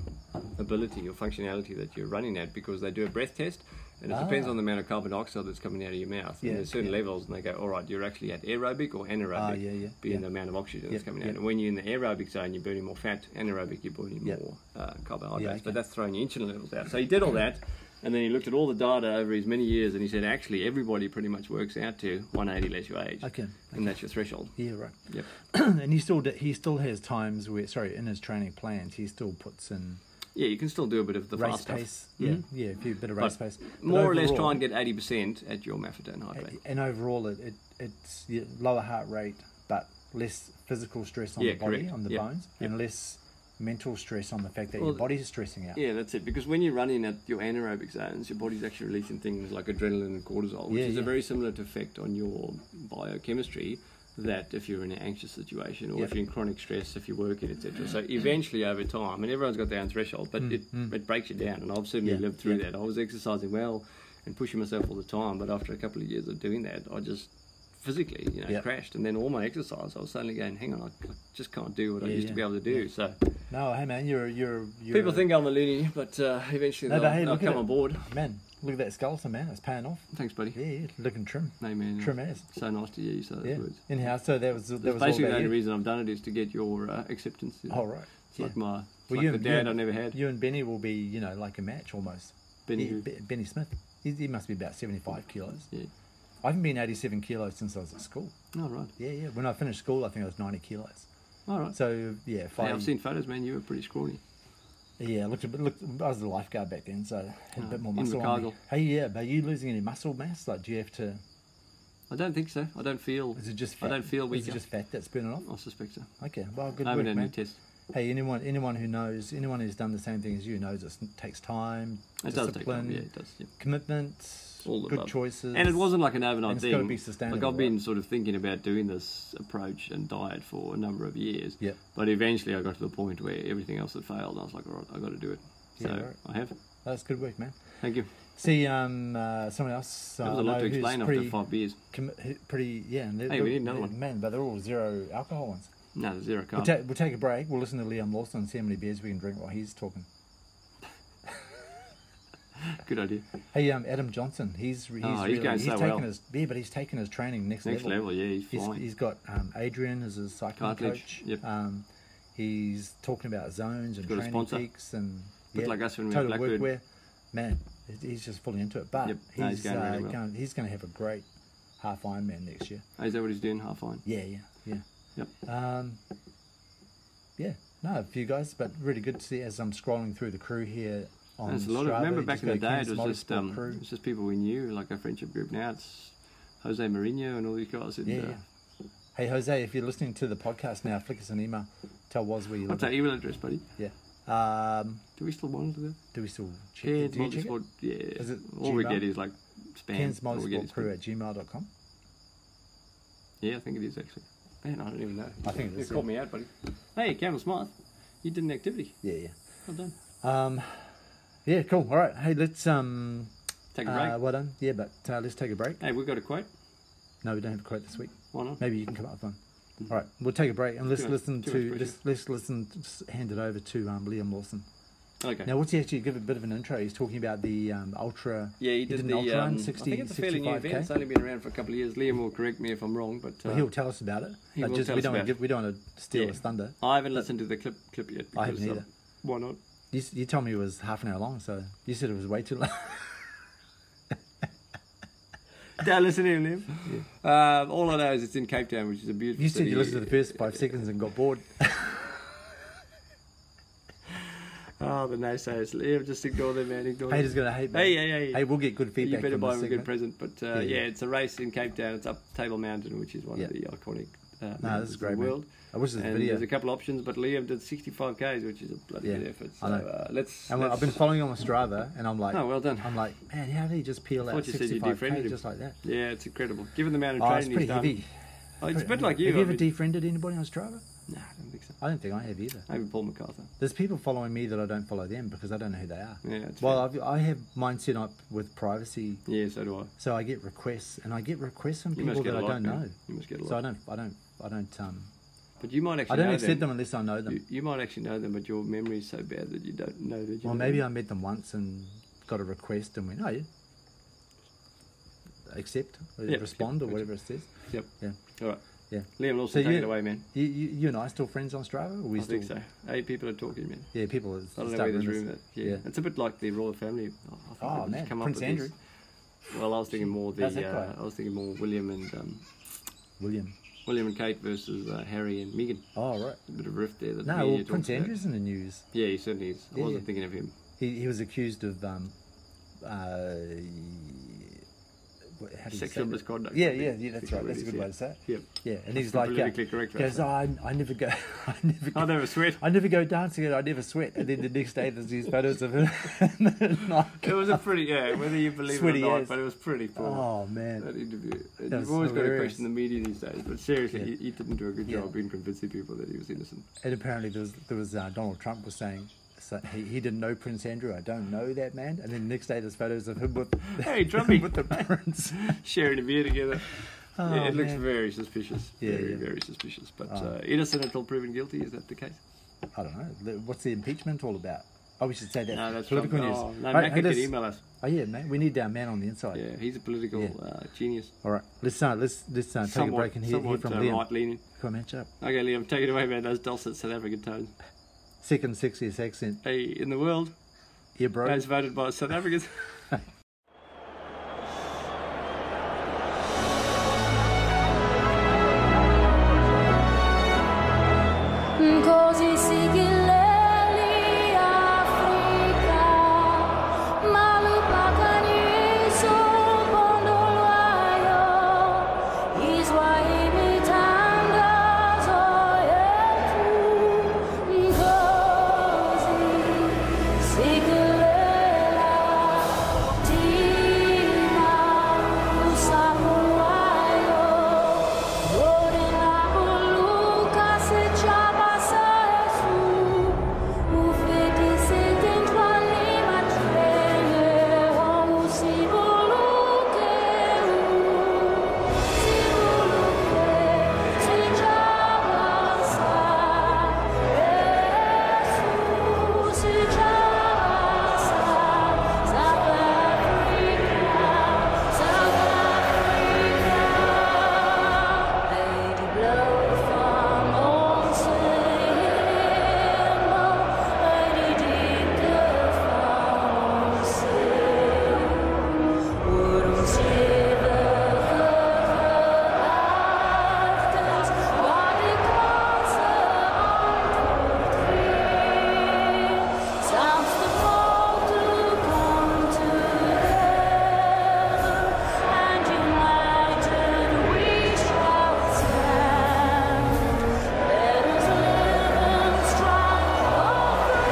B: ability or functionality that you're running at because they do a breath test. And it depends
C: Ah.
B: on the amount of carbon dioxide that's coming out of your mouth.
C: Yeah,
B: and there's certain
C: yeah.
B: levels, and they go, all right, you're actually at aerobic or anaerobic,
C: Ah, yeah, yeah,
B: being
C: yeah.
B: the amount of oxygen that's
C: Yep,
B: coming out.
C: yep.
B: And when you're in the aerobic zone, you're burning more fat. Anaerobic, you're burning
C: Yep.
B: more uh, carbohydrates.
C: Yeah, okay.
B: But that's throwing your insulin levels out. So he did all that, and then he looked at all the data over his many years, and he said, actually, everybody pretty much works out to 180 less your age.
C: Okay,
B: And that's your threshold.
C: Yeah, right.
B: Yep.
C: <clears throat> and he still d- he still has times where sorry in his training plans he still puts in
B: Yeah, you can still do a bit of the
C: race
B: fast stuff. Mm-hmm. Hmm?
C: pace. Yeah, yeah, a few bit of race
B: But
C: pace. But
B: more or less,
C: overall-
B: try and get 80% at your methadone heart rate.
C: and overall it, it it's yeah, lower heart rate but less physical stress on
B: Yeah,
C: the body
B: correct.
C: on the
B: Yeah.
C: bones and less mental stress on the fact that
B: Well,
C: your body's stressing out
B: Yeah, that's it. Because when you're running at your anaerobic zones, your body's actually releasing things like adrenaline and cortisol, which
C: Yeah,
B: is a
C: yeah.
B: very similar to effect on your biochemistry that if you're in an anxious situation or if
C: Yeah.
B: you're in chronic stress, if you're working, etc. So eventually over time, and everyone's got their own threshold, but it, it breaks you down. And I've certainly
C: Mm, Yeah,
B: lived through
C: yeah.
B: that. I was exercising well and pushing myself all the time, but after a couple of years of doing that, I just physically, you know,
C: Yeah.
B: crashed. And then all my exercise, I was suddenly going, hang on, I just can't do what I
C: Yeah,
B: used to
C: yeah.
B: be able to do. So
C: No, hey man, you're you're. you're
B: people think I'm a loony, but uh, eventually
C: No, but
B: they'll,
C: hey,
B: they'll
C: look at
B: come
C: it.
B: on board.
C: man, look at that skeleton, man. It's paying off.
B: Thanks, buddy.
C: Yeah, yeah looking trim,
B: No, man.
C: trim as.
B: So nice to hear you say those
C: Yeah,
B: words.
C: anyhow. So that was that was
B: That's
C: all
B: basically
C: about
B: the only
C: you.
B: reason I've done it is to get your uh, acceptance.
C: All right.
B: It's like
C: yeah.
B: my it's
C: Well,
B: like
C: you
B: the
C: and-
B: dad
C: you-
B: I never had.
C: You and Benny will be, you know, like a match almost.
B: Benny
C: Yeah,
B: who?
C: Be- Benny Smith. He, he must be about seventy-five kilos.
B: Yeah.
C: I haven't been eighty-seven kilos since I was at school.
B: Oh, right.
C: Yeah, yeah. When I finished school, I think I was ninety kilos.
B: All right.
C: So yeah,
B: Hey,
C: five.
B: I've seen photos, man. You were pretty scrawny.
C: Yeah, I looked a bit. Looked, I was a lifeguard back then, so I had a bit more
B: Ah, in
C: muscle. On me.
B: Invercargill.
C: Hey, yeah, but are you losing any muscle mass? Like, do you have to?
B: I don't think so. I don't feel.
C: Is it just?
B: I
C: Fat?
B: don't feel
C: Is
B: weaker.
C: it just fat that's burning off?
B: I suspect so.
C: Okay, well, good
B: I haven't
C: work,
B: had
C: man.
B: any tests.
C: Hey, anyone, anyone who knows, anyone who's done the same thing as you knows it takes time,
B: It does take
C: discipline,
B: time. Yeah, it does. Yeah.
C: commitment,
B: All the
C: good
B: above.
C: choices,
B: And it wasn't like an overnight
C: And it's
B: thing.
C: gotta be sustainable,
B: Like I've been
C: right?
B: sort of thinking about doing this approach and diet for a number of years.
C: Yep.
B: But eventually, I got to the point where everything else had failed, and I was like, all right, I got to do it. So
C: Yeah, right.
B: I have.
C: Oh, That's good work, man.
B: Thank you.
C: See, um, uh, someone else.
B: That
C: uh,
B: was
C: I
B: a lot
C: know
B: to
C: who's
B: explain
C: pretty,
B: after five beers.
C: commi- who- pretty, yeah. And they're-
B: Hey, we
C: they're-
B: need another
C: they're-
B: one. Oh.
C: Man, but they're all zero alcohol ones.
B: No, zero
C: We'll,
B: carbs.
C: ta- we'll take a break. We'll listen to Liam Lawson and see how many beers we can drink while he's talking.
B: Good idea.
C: Hey, um, Adam Johnson. He's he's,
B: Oh, he's
C: really,
B: going
C: he's
B: so
C: taken
B: well.
C: his yeah, but he's taken his training next,
B: Next level, yeah, he's
C: He's,
B: flying.
C: he's got um, Adrian as his cycling
B: Cartilage,
C: coach.
B: yep.
C: Um, he's talking about zones and
B: got a
C: training
B: sponsor.
C: peaks and
B: Bit
C: yeah,
B: like us when we had
C: total
B: Blackbird.
C: workwear. Man, he- he's just fully into it. But
B: Yep,
C: he's,
B: no, he's going
C: uh,
B: really well.
C: going, he's going to have a great half Ironman next year.
B: Hey, Oh, Is that what he's doing? Half fine.
C: Yeah, yeah, yeah.
B: Yep.
C: Um, yeah, no, a few guys, but really good to see as I'm scrolling through the crew here. On
B: There's a lot of.
C: Strava,
B: Remember
C: you
B: back
C: just
B: in the
C: go
B: day,
C: Cairns
B: it was just
C: Motorsport
B: um,
C: crew.
B: it was just people we knew, like our friendship group. Now it's Jose Mourinho and all these guys. And,
C: Yeah,
B: uh,
C: yeah. Hey Jose, if you're listening to the podcast now, flick us an email. Tell Woz where you
B: What's
C: live.
B: our email address, buddy?
C: Yeah. Um,
B: Do we still monitor that?
C: do we still check?
B: Cairns
C: do you check it?
B: Motorsport. Yeah.
C: Is it
B: all we
C: Gmail?
B: get is like spam.
C: Cairns
B: All we get
C: Motorsport
B: is
C: Crew at gmail.com.
B: Yeah, I think it is actually. Man, I don't even know.
C: I think it
B: you
C: is,
B: called
C: yeah.
B: me out, buddy. Hey, Campbell Smith, you did an activity.
C: Yeah,
B: Well done.
C: yeah. Um, yeah, cool. All right. Hey, let's. Um,
B: Take a break.
C: uh, well done. Yeah, but uh, let's take a break.
B: hey, we've got a quote.
C: No, we don't have a quote this week.
B: Why not?
C: Maybe you can come up with one. All right, we'll take a break and let's
B: Too much-
C: listen
B: too
C: to
B: much
C: let's, let's listen. just hand it over to um, Liam Lawson.
B: Okay.
C: Now, what's he actually give a bit of an intro? He's talking about the um, ultra.
B: yeah, he did,
C: an
B: the.
C: ultra
B: um,
C: run,
B: I think
C: 60,
B: it's a fairly new
C: 65K.
B: event. It's only been around for a couple of years. Liam will correct me if I'm wrong, but uh,
C: Well, he'll tell us about it.
B: He
C: but
B: will
C: just,
B: tell
C: we
B: us
C: don't want
B: about
C: to
B: it.
C: give, we don't want to steal
B: Yeah.
C: his thunder.
B: I haven't listened to the clip clip yet.
C: I haven't
B: because, um,
C: either.
B: why not?
C: You, s- you told me it was half an hour long, so you said it was way too long.
B: Don't listen to him, Liam. Um, all I know is it's in Cape Town, which is a beautiful.
C: You said
B: city.
C: you listened to the first
B: uh,
C: five seconds and got bored.
B: Oh, the naysayers. Liam, just ignore them, man. Ignore them.
C: Haters gonna hate.
B: <laughs> Hey,
C: man.
B: hey, hey.
C: Hey, we'll get good
B: You
C: feedback.
B: better
C: from
B: buy
C: this
B: him a good
C: segment.
B: present. But uh,
C: Yeah,
B: yeah,
C: yeah.
B: it's a race in Cape Town. It's up Table Mountain, which is one of
C: Yeah.
B: the iconic. Uh,
C: No, this
B: mountains
C: is
B: in
C: great.
B: the
C: man.
B: world.
C: I wish this
B: And
C: video.
B: there's a couple options, but Liam did 65 k's, which is a bloody
C: Yeah,
B: good effort. So
C: I know.
B: uh, let's.
C: And
B: <laughs>
C: well, I've
B: let's-
C: been following him on Strava, and I'm like,
B: Oh, well done.
C: I'm like, man, how did he just peel out
B: thought you said you
C: 65k
B: defriended him.
C: just like that?
B: Yeah, it's incredible. Given the amount of
C: Oh, it's
B: training
C: pretty
B: he's done,
C: heavy.
B: Oh, it's a
C: Pretty-
B: bit like you.
C: Have you ever
B: I mean,
C: defriended anybody on Strava?
B: nah, I don't think so.
C: I don't think I have either.
B: Maybe Paul MacArthur.
C: There's people following me that I don't follow them because I don't know who they are.
B: Yeah, that's
C: well,
B: fair.
C: I've, I have mine set up with privacy,
B: Yeah, so do I.
C: so I get requests, and I get requests from
B: You must get
C: people that
B: a
C: I
B: lot,
C: don't
B: man.
C: know.
B: You must get a
C: So I
B: lot.
C: don't, I don't, I don't, um,
B: But you might
C: I
B: actually.
C: don't
B: know
C: accept them unless I know them.
B: You, you might actually know them, but your memory is so bad that you don't know that you.
C: Well,
B: know
C: maybe I
B: them.
C: met them once and got a request and went, oh, yeah. Accept, or
B: Yeah,
C: respond, or
B: accept,
C: whatever it says.
B: Yep.
C: Yeah,
B: All right.
C: yeah.
B: Liam Lawson,
C: So
B: take
C: you-
B: it away, man.
C: You, you, you and I still friends on Strava? Or we
B: I
C: still,
B: think so. Eight people are talking, man.
C: Yeah, people are
B: I
C: start
B: don't know where this
C: rumors.
B: room is. Yeah.
C: Yeah.
B: It's a bit like the royal family. I- I think
C: Oh,
B: they've just
C: man,
B: come up
C: Prince
B: with this.
C: Andrew.
B: Well, I was thinking more the.
C: How's that
B: Uh,
C: guy?
B: I was thinking more William and um,
C: William.
B: William and Kate versus uh, Harry and Meghan.
C: Oh, right.
B: A bit of rift there. That the
C: No,
B: media
C: well,
B: talks
C: Prince
B: about.
C: Andrew's in the news.
B: Yeah, he certainly is. I
C: Yeah,
B: wasn't
C: yeah.
B: thinking of him.
C: He, he was accused of, um, uh, what- how do you
B: Sexual
C: say that?
B: misconduct.
C: Yeah,
B: I think
C: yeah, yeah, that's
B: is the
C: right. That's a
B: word,
C: good
B: yeah.
C: way to say it.
B: Yep.
C: Yeah, and he's
B: the
C: like, yeah,
B: politically correct way to
C: goes,
B: say
C: oh, I, I never go, <laughs> I never go,
B: I never sweat.
C: I never go dancing and I never sweat. And then the next day there's these photos of <laughs> him. and I
B: It
C: go,
B: was a
C: <laughs>
B: pretty, yeah, whether you believe it or
C: Sweaty
B: not,
C: ass.
B: but it was pretty cool. That
C: oh, man.
B: interview. And
C: That
B: you've
C: was
B: always got to
C: hilarious.
B: question the media these days, but seriously,
C: Yeah.
B: he, he didn't do a good
C: Yeah.
B: job in convincing people that he was innocent.
C: And apparently there was, there was uh, Donald Trump was saying, so he, he didn't know Prince Andrew. I don't know that man.
B: <laughs>
C: And then the next day there's photos of him with, <laughs>
B: Hey, Trumpy.
C: with the prince.
B: Sharing a beer together.
C: <laughs> Oh,
B: yeah, it looks
C: man.
B: very suspicious.
C: Yeah,
B: very,
C: yeah. Oh.
B: very suspicious. But uh, innocent until proven guilty, is that the case?
C: I don't know. The- What's the impeachment all about? Oh, we should say that.
B: No, that's
C: political
B: from,
C: news.
B: Oh, no, Macca
C: All right, hey,
B: can
C: let's-
B: email us.
C: oh yeah, man. We need our man on the inside.
B: Yeah, he's a political
C: Yeah.
B: uh, genius.
C: All right, let's uh, let's let's uh, take a break and hear, hear
B: somewhat
C: from
B: uh,
C: Liam.
B: right leaning.
C: Come on, shut up.
B: Okay, Liam, take it away, man. Those dulcet South African tones.
C: Second sexiest accent,
B: Hey, in the world,
C: yeah, bro.
B: as voted by South
C: <laughs>
B: Africans.
E: Così si ghilelli Africa, ma lupakani sul pondoloaio, Israeli tangazo yetu. Così si ghilella tima usapoloaio. Lady blow from on Seymour, Lady Dicker from on Seymour. Wouldn't save Sounds the call to come together and united we shall stand. Let us live and strive for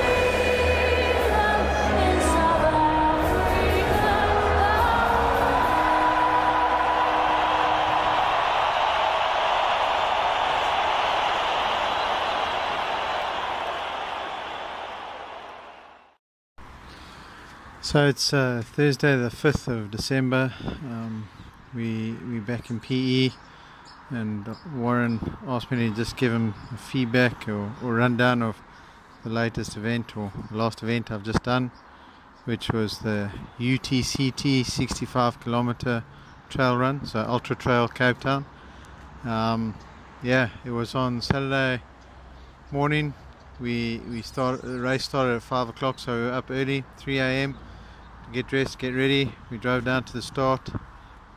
E: freedom in South Africa.
F: So it's uh, Thursday, the fifth of December. Um, we we back in PE, and Warren asked me to just give him a feedback or, or rundown of the latest event or last event I've just done, which was the UTCT 65 kilometer trail run, so Ultra Trail Cape Town. Um, yeah, it was on Saturday morning. We we start the race started at five o'clock, so we were up early, three a.m. to get dressed, get ready. We drove down to the start.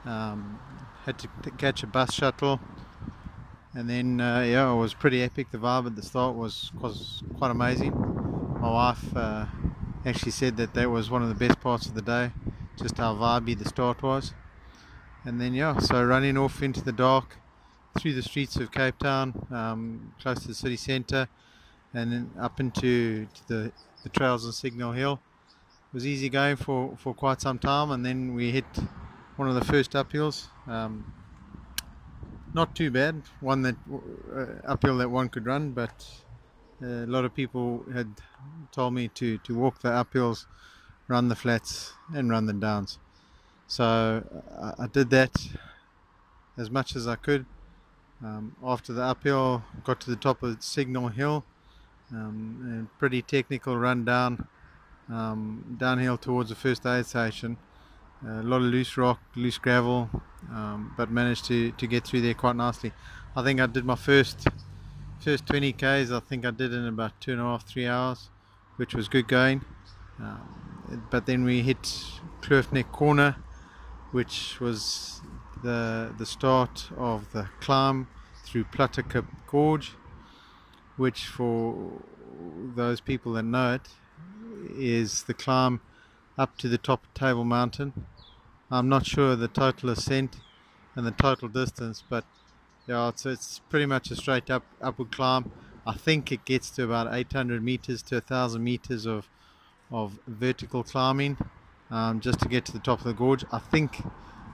F: Um, had to t- catch a bus shuttle, and then uh, yeah, it was pretty epic. The vibe at the start was was quite amazing. My wife uh, actually said that that was one of the best parts of the day, just how vibey the start was. And then yeah, so running off into the dark, through the streets of Cape Town, um, close to the city centre, and then up into to the, the trails on Signal Hill. It was easy going for, for quite some time, and then we hit one of the first uphills. Um, not too bad, one that uh, uphill that one could run, but uh, a lot of people had told me to, to walk the uphills, run the flats, and run the downs. So I, I did that as much as I could. Um, after the uphill, got to the top of Signal Hill, um, a pretty technical run down, um, downhill towards the first aid station. A lot of loose rock, loose gravel, um, but managed to, to get through there quite nicely. I think I did my first first 20 k's. I think I did in about two and a half, three hours, which was good going. Um, but then we hit Kloofneck Corner, which was the the start of the climb through Pluttercup Gorge, which for those people that know it is the climb up to the top of Table Mountain. I'm not sure the total ascent and the total distance, but yeah, it's, it's pretty much a straight up upward climb. I think it gets to about 800 meters to 1,000 meters of of vertical climbing um, just to get to the top of the gorge. I think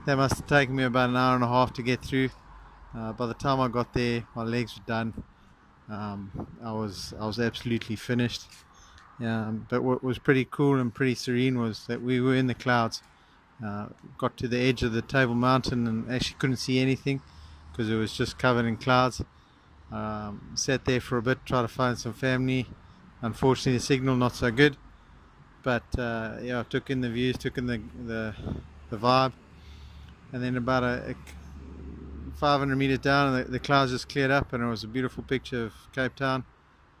F: that must have taken me about an hour and a half to get through. Uh, by the time I got there, my legs were done. Um, I was I was absolutely finished. Um, but what was pretty cool and pretty serene was that we were in the clouds, Uh, got to the edge of the Table Mountain and actually couldn't see anything because it was just covered in clouds. Um, sat there for a bit, tried to find some family. Unfortunately, the signal not so good, but uh, yeah, I took in the views, took in the the, the vibe, and then about a, a 500 meters down, and the, the clouds just cleared up, and it was a beautiful picture of Cape Town,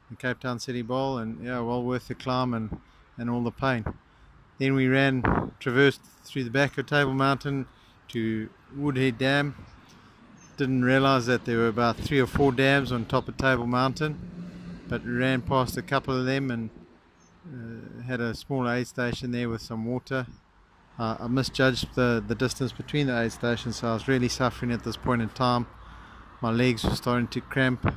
F: the Cape Town City Bowl, and yeah, well worth the climb and, and all the pain. Then we ran, traversed through the back of Table Mountain to Woodhead Dam. Didn't realize that there were about three or four dams on top of Table Mountain, but ran past a couple of them and uh, had a small aid station there with some water. Uh, I misjudged the, the distance between the aid stations, so I was really suffering at this point in time. My legs were starting to cramp,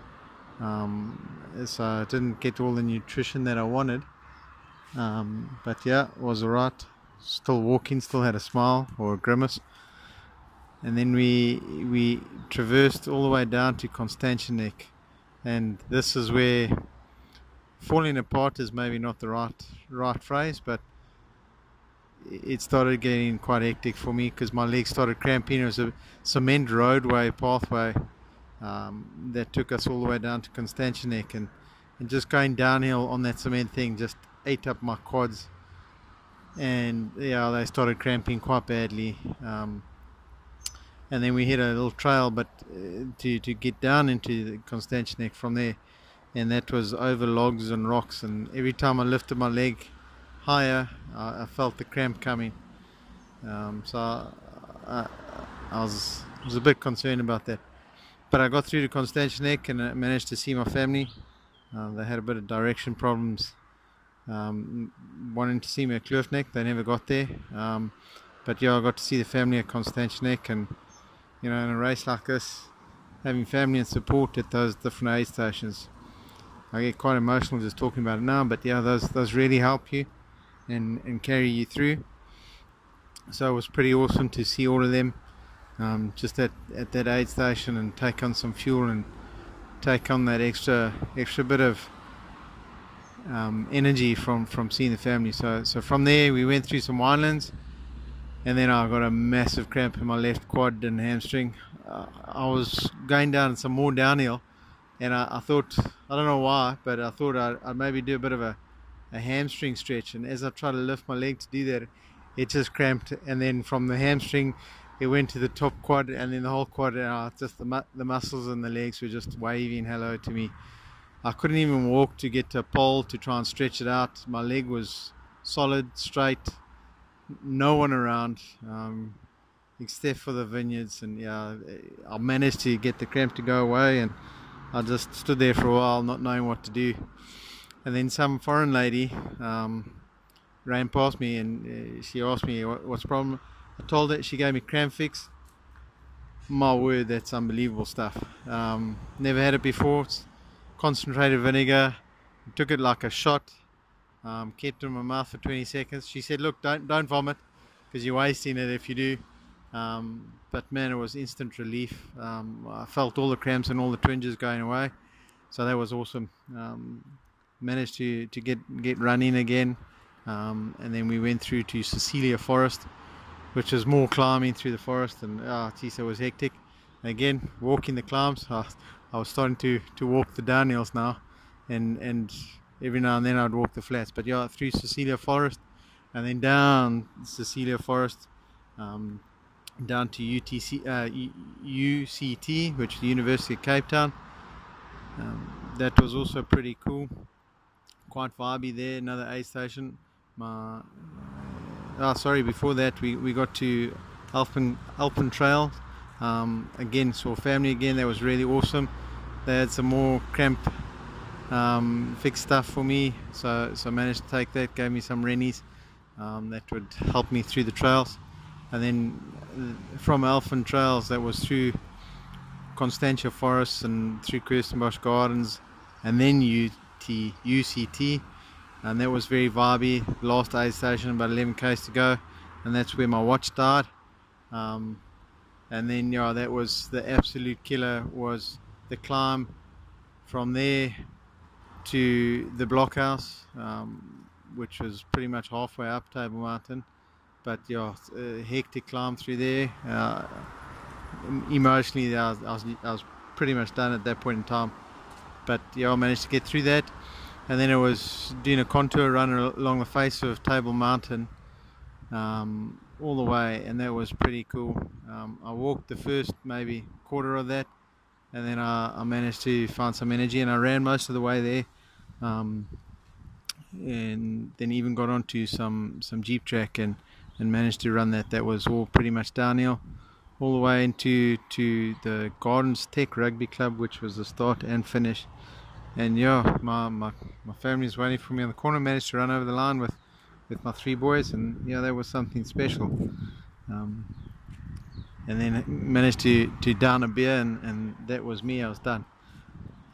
F: um, so I didn't get all the nutrition that I wanted. Um, but yeah, was alright. Still walking, still had a smile or a grimace. And then we we traversed all the way down to Konstantinek, and this is where falling apart is maybe not the right right phrase, but it started getting quite hectic for me because my legs started cramping. It was a cement roadway pathway um, that took us all the way down to Konstantinek, and, and just going downhill on that cement thing just ate up my quads, and yeah, they started cramping quite badly. Um, and then we hit a little trail, but uh, to to get down into the Konstantinek from there, and that was over logs and rocks. And every time I lifted my leg higher, I, I felt the cramp coming. Um, so I, I, I was was a bit concerned about that. But I got through to Konstantinek and I managed to see my family. Uh, they had a bit of direction problems, um, wanting to see me at Kloofnek. They never got there. Um, but yeah, I got to see the family at Konstantinek, and you know, in a race like this, having family and support at those different aid stations. I get quite emotional just talking about it now, but yeah, those those really help you and, and carry you through. So it was pretty awesome to see all of them um, just at, at that aid station and take on some fuel and take on that extra extra bit of um, energy from, from seeing the family. So so from there we went through some winelands and then I got a massive cramp in my left quad and hamstring. Uh, I was going down some more downhill and I, I thought I don't know why, but I thought I'd, I'd maybe do a bit of a, a hamstring stretch. And as I tried to lift my leg to do that, it just cramped. And then from the hamstring, it went to the top quad, and then the whole quad. And I just the, mu- the muscles and the legs were just waving hello to me. I couldn't even walk to get to a pole to try and stretch it out. My leg was solid, straight, no one around. Um, except for the vineyards. And yeah, I managed to get the cramp to go away, and I just stood there for a while, not knowing what to do. And then some foreign lady um, ran past me, and uh, she asked me "What- what's the problem. I told her. She gave me cramp fix. My word, that's unbelievable stuff. Um, never had it before. It's concentrated vinegar. Took it like a shot. Um, kept it in my mouth for 20 seconds. She said, "Look, don't don't vomit, because you're wasting it if you do." Um, but man, it was instant relief. Um, I felt all the cramps and all the twinges going away, so that was awesome. Um, managed to, to get get running again, um, and then we went through to Cecilia Forest, which is more climbing through the forest, and ah, geez, it was hectic. Again, walking the climbs, <laughs> I, I was starting to, to walk the downhills now, and and every now and then I'd walk the flats. But yeah, through Cecilia Forest, and then down Cecilia Forest, um, down to UTC, uh, U- UCT, which is the University of Cape Town. Um, that was also pretty cool. Quite vibey there, another aid station. My, oh, sorry, before that, we, we got to Alpen, Alpen Trail. Um, again, saw family again. That was really awesome. They had some more cramp um, fix stuff for me, so so managed to take that. Gave me some rennies um, that would help me through the trails. And then uh, from Elfin Trails, that was through Constantia Forest and through Kirstenbosch Gardens, and then UT, UCT, and that was very vibey. Last aid station, about 11 k's to go, and that's where my watch died. Um, and then yeah, that was the absolute killer was the climb from there to the blockhouse, um, which was pretty much halfway up Table Mountain, But yeah, it's a hectic climb through there. Uh, em- emotionally, I was, I was I was pretty much done at that point in time. But yeah, I managed to get through that, and then I was doing a contour run al- along the face of Table Mountain, um, all the way, and that was pretty cool. Um, I walked the first maybe quarter of that, and then I, I managed to find some energy, and I ran most of the way there. Um, and then even got onto some some jeep track and and managed to run that. That was all pretty much downhill, all the way into to the Gardens Tech Rugby Club, which was the start and finish. And yeah, my my, my family's waiting for me on the corner. Managed to run over the line with with my three boys, and yeah, that was something special. Um, and then managed to, to down a beer, and, and that was me. I was done.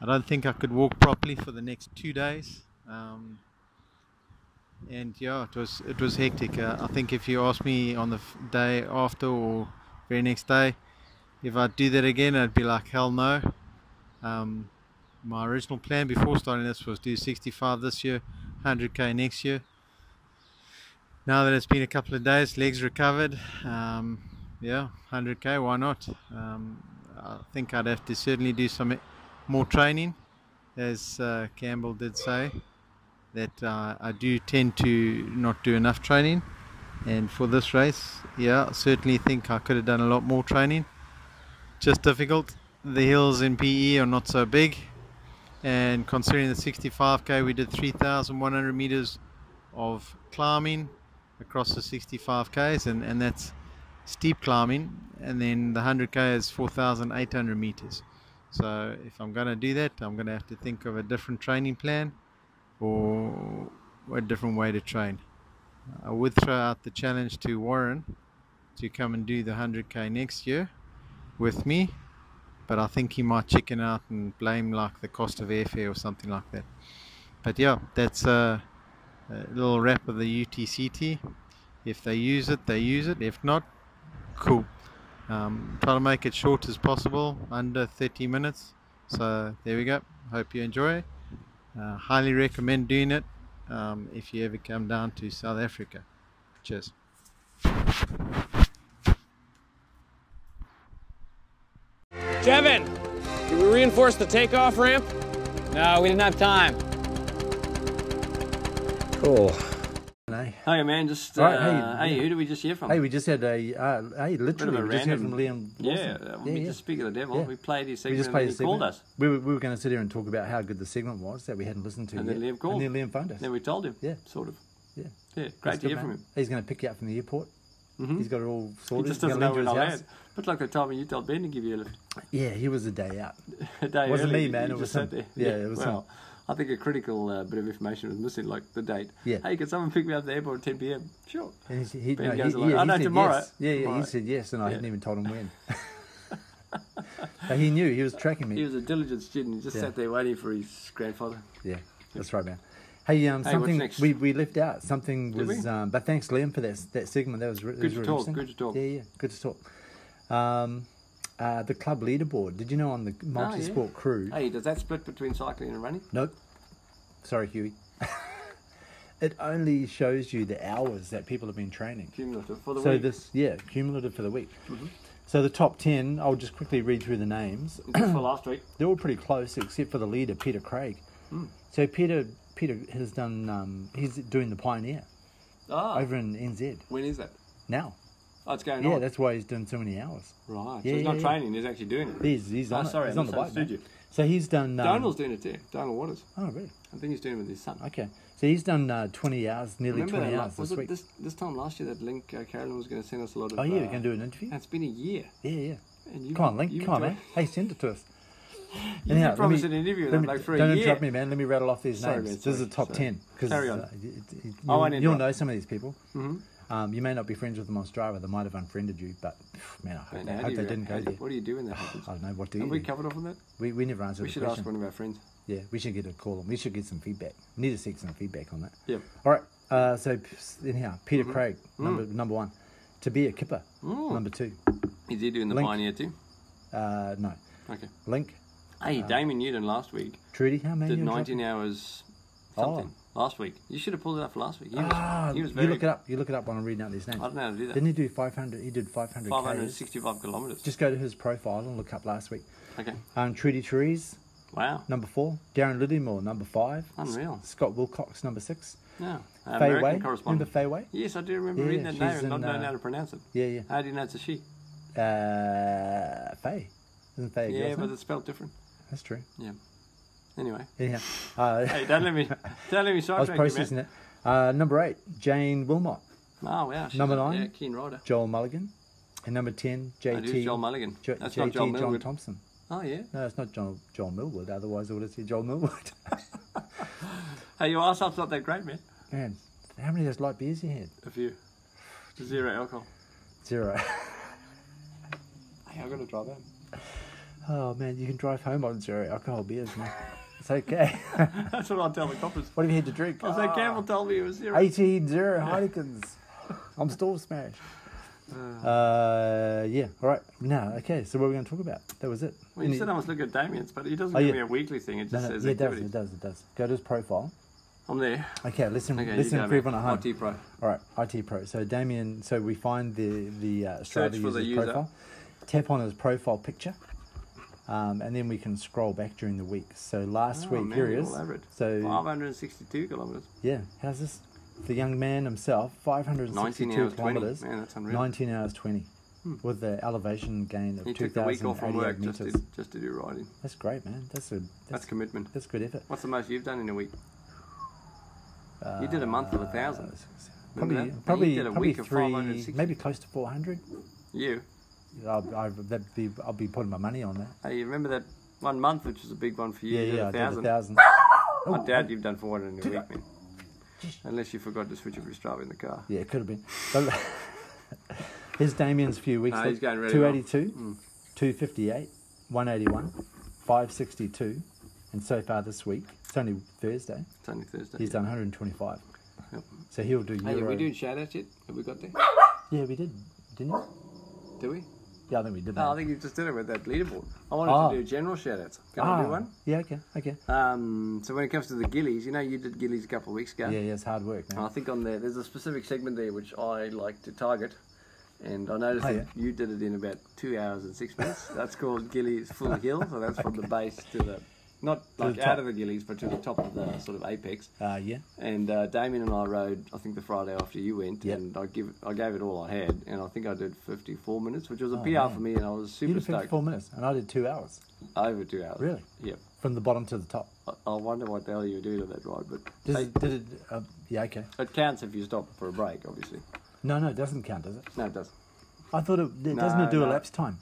F: I don't think I could walk properly for the next two days. Um, and yeah, it was it was hectic. Uh, I think if you ask me on the f- day after or very next day, if I'd do that again, I'd be like hell no. Um, my original plan before starting this was do 65 this year, 100k next year. Now that it's been a couple of days, legs recovered. Um, yeah, 100k, why not? Um, I think I'd have to certainly do some more training, as uh, Campbell did say that uh, I do tend to not do enough training. And for this race, yeah, I certainly think I could have done a lot more training. Just difficult. The hills in PE are not so big. And considering the 65k, we did 3,100 meters of climbing across the 65ks, and, and that's steep climbing. And then the 100k is 4,800 meters. So if I'm going to do that, I'm going to have to think of a different training plan or a different way to train. I would throw out the challenge to Warren to come and do the 100k next year with me, but I think he might chicken out and blame like the cost of airfare or something like that. But yeah, that's a, a little wrap of the UTCT. If they use it, they use it. If not, cool. Um, try to make it short as possible, under 30 minutes. So there we go. Hope you enjoy. Uh, highly recommend doing it um, if you ever come down to South Africa. Cheers.
G: Devin, did we reinforce the takeoff ramp? No, we didn't have time.
A: Cool.
C: Hey,
B: Hey man, just uh,
C: Right, hey,
B: hey,
C: yeah.
B: who did we just hear from?
C: hey, we just had a uh, hey,
B: Oh. Bit of
C: literally,
B: a
C: we just heard
B: random.
C: from Liam. Lawson.
B: yeah, uh, we just speak of the devil.
C: Yeah.
B: We played his
C: We
B: segment
C: just played
B: and
C: a
B: then he called
C: segment.
B: us,
C: We were, we were going to sit here and talk about how good the segment was that we hadn't listened to
B: and
C: yet.
B: then Liam called.
C: And then Liam phoned us.
B: Then we told him.
C: Yeah.
B: sort of.
C: yeah,
B: Yeah,
C: That's
B: great to
C: good,
B: hear from
C: man.
B: him. Mm-hmm.
C: He's going to pick you up from the airport. He's got it all
B: He
C: sorted.
B: just
C: He's
B: doesn't
C: gonna
B: know when
C: lend
B: I'll
C: you his
B: land. But like the time when you told Ben to give you a lift
C: house. Yeah, he was a day out.
B: a <laughs> day
C: It wasn't
B: early,
C: me, man,
B: you
C: it was
B: just
C: him.
B: sat
C: Yeah, it was
B: well, I think a critical uh, bit of information was missing, like the date.
C: Yeah.
B: Hey, can someone pick me up at the airport at 10 p.m.? Sure.
C: And he, said- he,
B: Ben
C: no, he-
B: goes along,
C: yeah,
B: "Oh,
C: he
B: no,
C: said
B: tomorrow."
C: Yes. Yeah, yeah,
B: Tomorrow.
C: he said yes, and I
B: Yeah.
C: hadn't even told
B: <laughs>
C: him when. but he knew he was tracking me.
B: He was a diligent student. He just
C: Yeah.
B: sat there waiting for his grandfather.
C: Yeah, that's right, man. Hey, um,
B: Hey, what's
C: something
B: next?
C: we we left out. Something was,
B: we?
C: um, but thanks, Liam, for that that segment. That was re- that
B: Good
C: was
B: to
C: really
B: talk,
C: interesting.
B: good to talk.
C: Yeah, yeah, good to talk. Um, uh, the club leaderboard. Did you know on the multi-sport crew?
B: Oh, Hey, does that split between cycling and running?
C: Nope. Sorry, Huey. <laughs> it only shows you the hours that people have been training.
B: Cumulative for the
C: So
B: week. Mm-hmm.
C: this, yeah, cumulative for the week. So the top ten. I'll just quickly read through the names.
B: Except for last week.
C: They're all pretty close, except for the leader, Peter Craig.
B: Hmm.
C: So Peter, Peter has done. Um, he's doing the pioneer
B: Ah,
C: <coughs> over in NZ
B: when is that?
C: now.
B: Oh, it's going
C: Yeah,
B: on.
C: that's why he's doing so many hours.
B: right.
C: yeah,
B: so he's not
C: yeah, yeah.
B: training, he's actually doing it.
C: He's he's
B: Oh,
C: on. it.
B: sorry,
C: he's
B: I
C: on the bike.
B: misunderstood
C: man.
B: you.
C: So he's done. Um,
B: Donald's doing it too. Donald Waters.
C: Oh really?
B: I think he's doing it with his son.
C: Okay. So he's done uh, twenty hours, nearly
B: Remember
C: twenty
B: that,
C: hours
B: like, was
C: this
B: it
C: week.
B: This, this time last year that link uh, Carolyn was going to send us a lot of.
C: oh yeah,
B: uh,
C: we're gonna do an interview.
B: and It's been a year.
C: Yeah, yeah.
B: And you,
C: Come on, Link.
B: you
C: Come on,
B: enjoy-
C: man. Hey, send it to us.
B: You
C: Anyhow, let
B: promised
C: me-
B: an interview with
C: let
B: them
C: me-
B: like for a
C: Don't
B: year.
C: interrupt me, man. Let me rattle off these
B: Sorry,
C: names.
B: man,
C: this is the
B: sorry,
C: top
B: sorry.
C: ten. 'cause,
B: Carry on.
C: uh, it- it- it-
B: I won't
C: you'll, you'll
B: interrupt. Mm-hmm.
C: know some of these people. Um, you may not be friends with them on Strava. They might have unfriended you, but phew, man, I hope,
B: Man,
C: they,
B: how
C: hope
B: do
C: they
B: you-
C: didn't
B: how
C: go
B: do-
C: there.
B: What do you do when that happens?
C: I don't know what do you.
B: Have we
C: do?
B: covered off on that?
C: we, we never answered
B: We
C: the
B: should
C: question.
B: ask one of our friends.
C: Yeah, we should get a call and we should get some feedback. We need to seek some feedback on that.
B: Yep. Mm-hmm. Mm.
C: All right. Uh, so anyhow, Peter Craig, number number one, Tabia Kipper, number two.
B: Is he doing the
C: Link.
B: pioneer too?
C: Uh, no,
B: Okay.
C: Link, Uh,
B: Hey, Damien Newton last week
C: Trudy, how many?
B: did
C: you dropped?
B: 19 hours Something. Last week. You should have pulled it up last week. He was,
C: Oh. Ah,
B: he was
C: you
B: very.
C: look it up. You look it up while I'm reading out these names.
B: I don't know how to do
C: Didn't
B: that.
C: he do 500? He did 500 Ks.
B: 565 kilometres.
C: Just go to his profile and look up last week.
B: Okay.
C: Um, Trudy Therese,
B: Wow.
C: number four. Darren Liddymore, number five.
B: Unreal.
C: S- Scott Wilcox, number six.
B: Yeah.
C: Fay
B: American
C: Wei. Remember
B: correspondent.
C: Fay Wei?
B: Yes, I do remember
C: Yeah,
B: reading that
C: she's
B: name and
C: in,
B: not knowing
C: uh,
B: how to pronounce it.
C: Yeah, yeah.
B: How do you know it's a she?
C: Uh, Faye. Isn't Faye a
B: Yeah,
C: girl's
B: but
C: name?
B: it's spelled different.
C: That's true.
B: Yeah. Anyway. <laughs>
C: Yeah. Uh,
B: Hey, don't let me, don't
C: <laughs>
B: let me
C: I was
B: sidetrack you,
C: processing
B: man.
C: it. Uh, number eight, Jane Wilmot,
B: Oh, wow. she's
C: Number
B: a-
C: nine?
B: Yeah, keen rider.
C: Joel Mulligan. And number 10,
B: That is
C: JT.
B: Joel Mulligan.
C: Jo-
B: That's
C: JT
B: not Joel
C: John
B: Millwood.
C: Thompson.
B: Oh, yeah.
C: No, it's not John, John Millwood. Otherwise, I would have said Joel Millwood.
B: Hey, your arsehole's not that great, man.
C: <laughs> Man, how many of those light beers you had?
B: A few. Zero alcohol.
C: Zero. <laughs>
B: Hey, I've got to drive home.
C: Oh man, you can drive home on zero alcohol beers, man. It's okay.
B: <laughs>
C: <laughs>
B: That's what I'll tell the coppers.
C: what have you had to drink?
B: I say, Campbell told me it was zero.
C: 18 zero Heinekens. I'm still smashed. Uh, yeah, all right. Now, okay, so what are we going to talk about? That was it.
B: Well, you
C: Any-
B: said I was looking at Damien's, but he doesn't
C: Oh,
B: give
C: yeah.
B: me a weekly thing. It just
C: no, no,
B: says
C: yeah, it does,
B: activities.
C: it does, it does. Go to his profile.
B: I'm there.
C: Okay, listen,
B: Okay,
C: listen
B: you
C: for
B: go, man.
C: everyone at home.
B: RT Pro.
C: All right, IT Pro. So Damien, so we find the the uh,
B: Search
C: Strava
B: for
C: user's
B: the user.
C: profile, tap on his profile picture, um, and then we can scroll back during the week. So last
B: Oh,
C: week,
B: man,
C: here he
B: you're
C: is.
B: all over it.
C: So
B: 562 kilometres.
C: yeah, how's this? The young man himself, 562
B: 19 hours 20.
C: kilometers,
B: Man, that's unreal. Hmm.
C: 19 hours 20, with the elevation gain of
B: He took the week off from
C: 2,088
B: work just
C: meters.
B: to, just to do riding.
C: That's great, man. That's a that's,
B: That's commitment.
C: that's good effort.
B: What's the most you've done in a week? you
C: Uh,
B: did a month of a thousand. Remember
C: Probably,
B: that? He
C: probably,
B: did a
C: probably
B: week of
C: three,
B: 560.
C: maybe close to 400.
B: You.
C: I'll, I'll, that'd be, I'll be putting my money on that.
B: Hey, you remember that one month, which was a big one for you?
C: Yeah,
B: you did
C: yeah,
B: a
C: I
B: thousand.
C: did a thousand.
B: I doubt you've done 400 in a
C: Did I?
B: week, man. Unless you forgot to switch off your Strava in the car.
C: Yeah, it could have been. But <laughs> here's Damien's few weeks.
B: No,
C: look.
B: he's going really
C: 282, 258, 181, 562, and so far this week, it's only Thursday,
B: It's only Thursday.
C: he's done 125.
B: Yep.
C: So he'll do
B: Hey, are
C: Euro.
B: we doing shout outs yet? Have we got there?
C: Yeah, we did, didn't we?
B: Do we?
C: Yeah, I think we did that.
B: No, Oh, I think you just did it with that leaderboard. I wanted
C: Ah.
B: to do general shout outs. Can
C: ah,
B: I do one?
C: Yeah, okay, okay.
B: Um, so when it comes to the gillies, you know, you did gillies a couple of weeks ago.
C: Yeah, yeah, it's hard work, man.
B: And I think on there, there's a specific segment there which I like to target. And I noticed
C: Oh,
B: that you did it in about two hours and six minutes. That's called Gillies Full Hill. So that's from the base to the, not like
C: the
B: out
C: top.
B: of the Gillies, but to the top of the sort of apex.
C: Uh, yeah,
B: And uh, Damien and I rode, I think the Friday after you went,
C: Yep.
B: and I give I gave it all I had, and I think I did 54 minutes, which was a PR for
C: Oh, man.
B: me, and I was
C: you
B: super
C: did
B: stoked.
C: 54 minutes, and I did two hours
B: Over two hours.
C: Really?
B: Yep.
C: from the bottom to the top.
B: I, I wonder what the hell you were doing on that ride, but
C: Does,
B: hey,
C: it did it? Uh, yeah, okay.
B: it counts if you stop for a break, obviously.
C: No, no, it doesn't count, does it?
B: No, it doesn't.
C: I thought it, it doesn't
B: No,
C: it do
B: no.
C: elapsed time.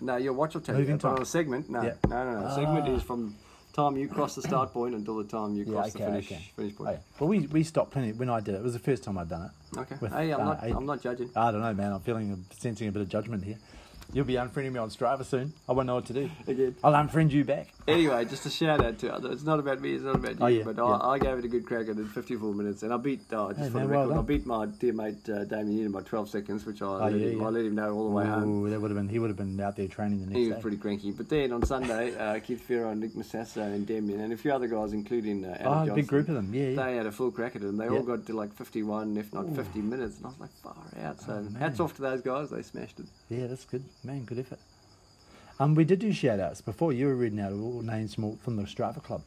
B: No, your watch will tell you.
C: Moving
B: that, but
C: time.
B: on a segment, no,
C: Yeah. Ah.
B: no, no, no. Segment is from time you cross the start point until the time you
C: Yeah,
B: cross the
C: okay,
B: finish
C: okay.
B: finish
C: Oh,
B: point.
C: yeah. Well, we, we stopped plenty when I did it. It was the first time I'd done it.
B: Okay.
C: With,
B: hey, I'm
C: uh,
B: not.
C: eight-
B: I'm not judging.
C: I don't know, man. I'm feeling sensing a bit of judgment here. You'll be unfriending me on Strava soon. I won't know what to do.
B: Again.
C: I'll unfriend you back.
B: Anyway, just a shout out to others. It's not about me. It's not about you.
C: Oh, yeah,
B: but
C: yeah.
B: I, I gave it a good crack. I did 54 minutes, and I beat. Uh, just
C: Hey,
B: for the
C: man, well
B: record, I
C: done. Oh,
B: beat my dear mate uh, Damien Newton by 12 seconds, which I, let,
C: yeah,
B: him, I
C: yeah.
B: let him know all the way home.
C: Ooh, that would have been. He would have been out there training the next
B: He
C: day.
B: was pretty cranky. But then on Sunday, uh, Keith Farrow, Nick Massasso, and Demian, and a few other guys, including uh, Adam
C: Oh, a
B: Johnson,
C: big group of them, yeah, yeah.
B: They had a full crack at it, and they all
C: Yeah.
B: got to like 51, if not 50 minutes. And I was like, far out. So
C: Oh, man.
B: hats off to those guys. They
C: <clears throat>
B: smashed it.
C: yeah, that's good, man. Good effort. Um, we did do shout outs before. You were reading out all names from, from the Strava Club.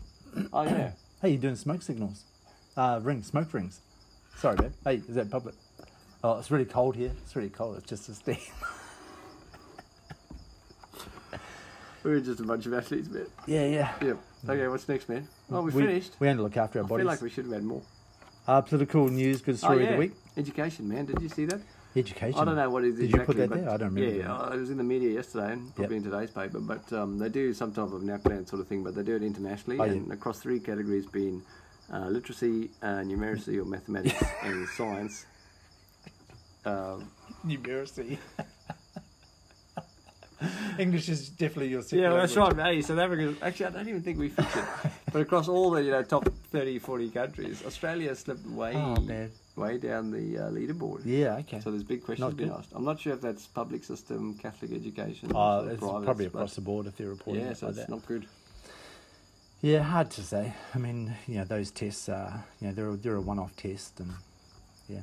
B: Oh, yeah.
C: Hey, you doing smoke signals? Uh, rings, smoke rings. Sorry, babe. Hey, is that public? Oh, it's really cold here. It's really cold. It's just a steam.
B: we were just a bunch of athletes, man.
C: <laughs> yeah, yeah.
B: Yep. Okay, what's next, man? Oh, we,
C: we,
B: finished.
C: We only look after our
B: I feel
C: bodies.
B: like we should have had more.
C: Uh, political news, good
B: Oh,
C: story
B: yeah.
C: of the week.
B: Education, man. Did you see that?
C: Education.
B: I don't know what it is
C: Did
B: exactly.
C: you put
B: but
C: that there? I don't remember.
B: Yeah, uh, it was in the media yesterday and probably
C: Yep.
B: in today's paper. But um, they do some type of NAPLAN sort of thing, but they do it internationally
C: Oh, yeah.
B: and across three categories being uh, literacy, uh, numeracy or
C: <laughs>
B: mathematics, and science. Um,
C: Numeracy. <laughs> English is definitely your second
B: yeah, well, that's
C: language.
B: right. Hey, South Africa, actually, I don't even think we fixed it. but across all the you know top 30, 40 countries, Australia slipped way,
C: Oh, man.
B: way down the uh, leaderboard.
C: Yeah, okay.
B: So there's big questions
C: Not
B: being
C: good.
B: asked. I'm not sure if that's public system, Catholic education,
C: Uh,
B: or
C: it's
B: private,
C: probably
B: but-
C: across the board if they're reporting
B: Yeah,
C: it
B: so
C: like
B: it's
C: that.
B: not good.
C: Yeah, hard to say. I mean, you know, those tests are, you know, they're a, they're a one-off test, and yeah,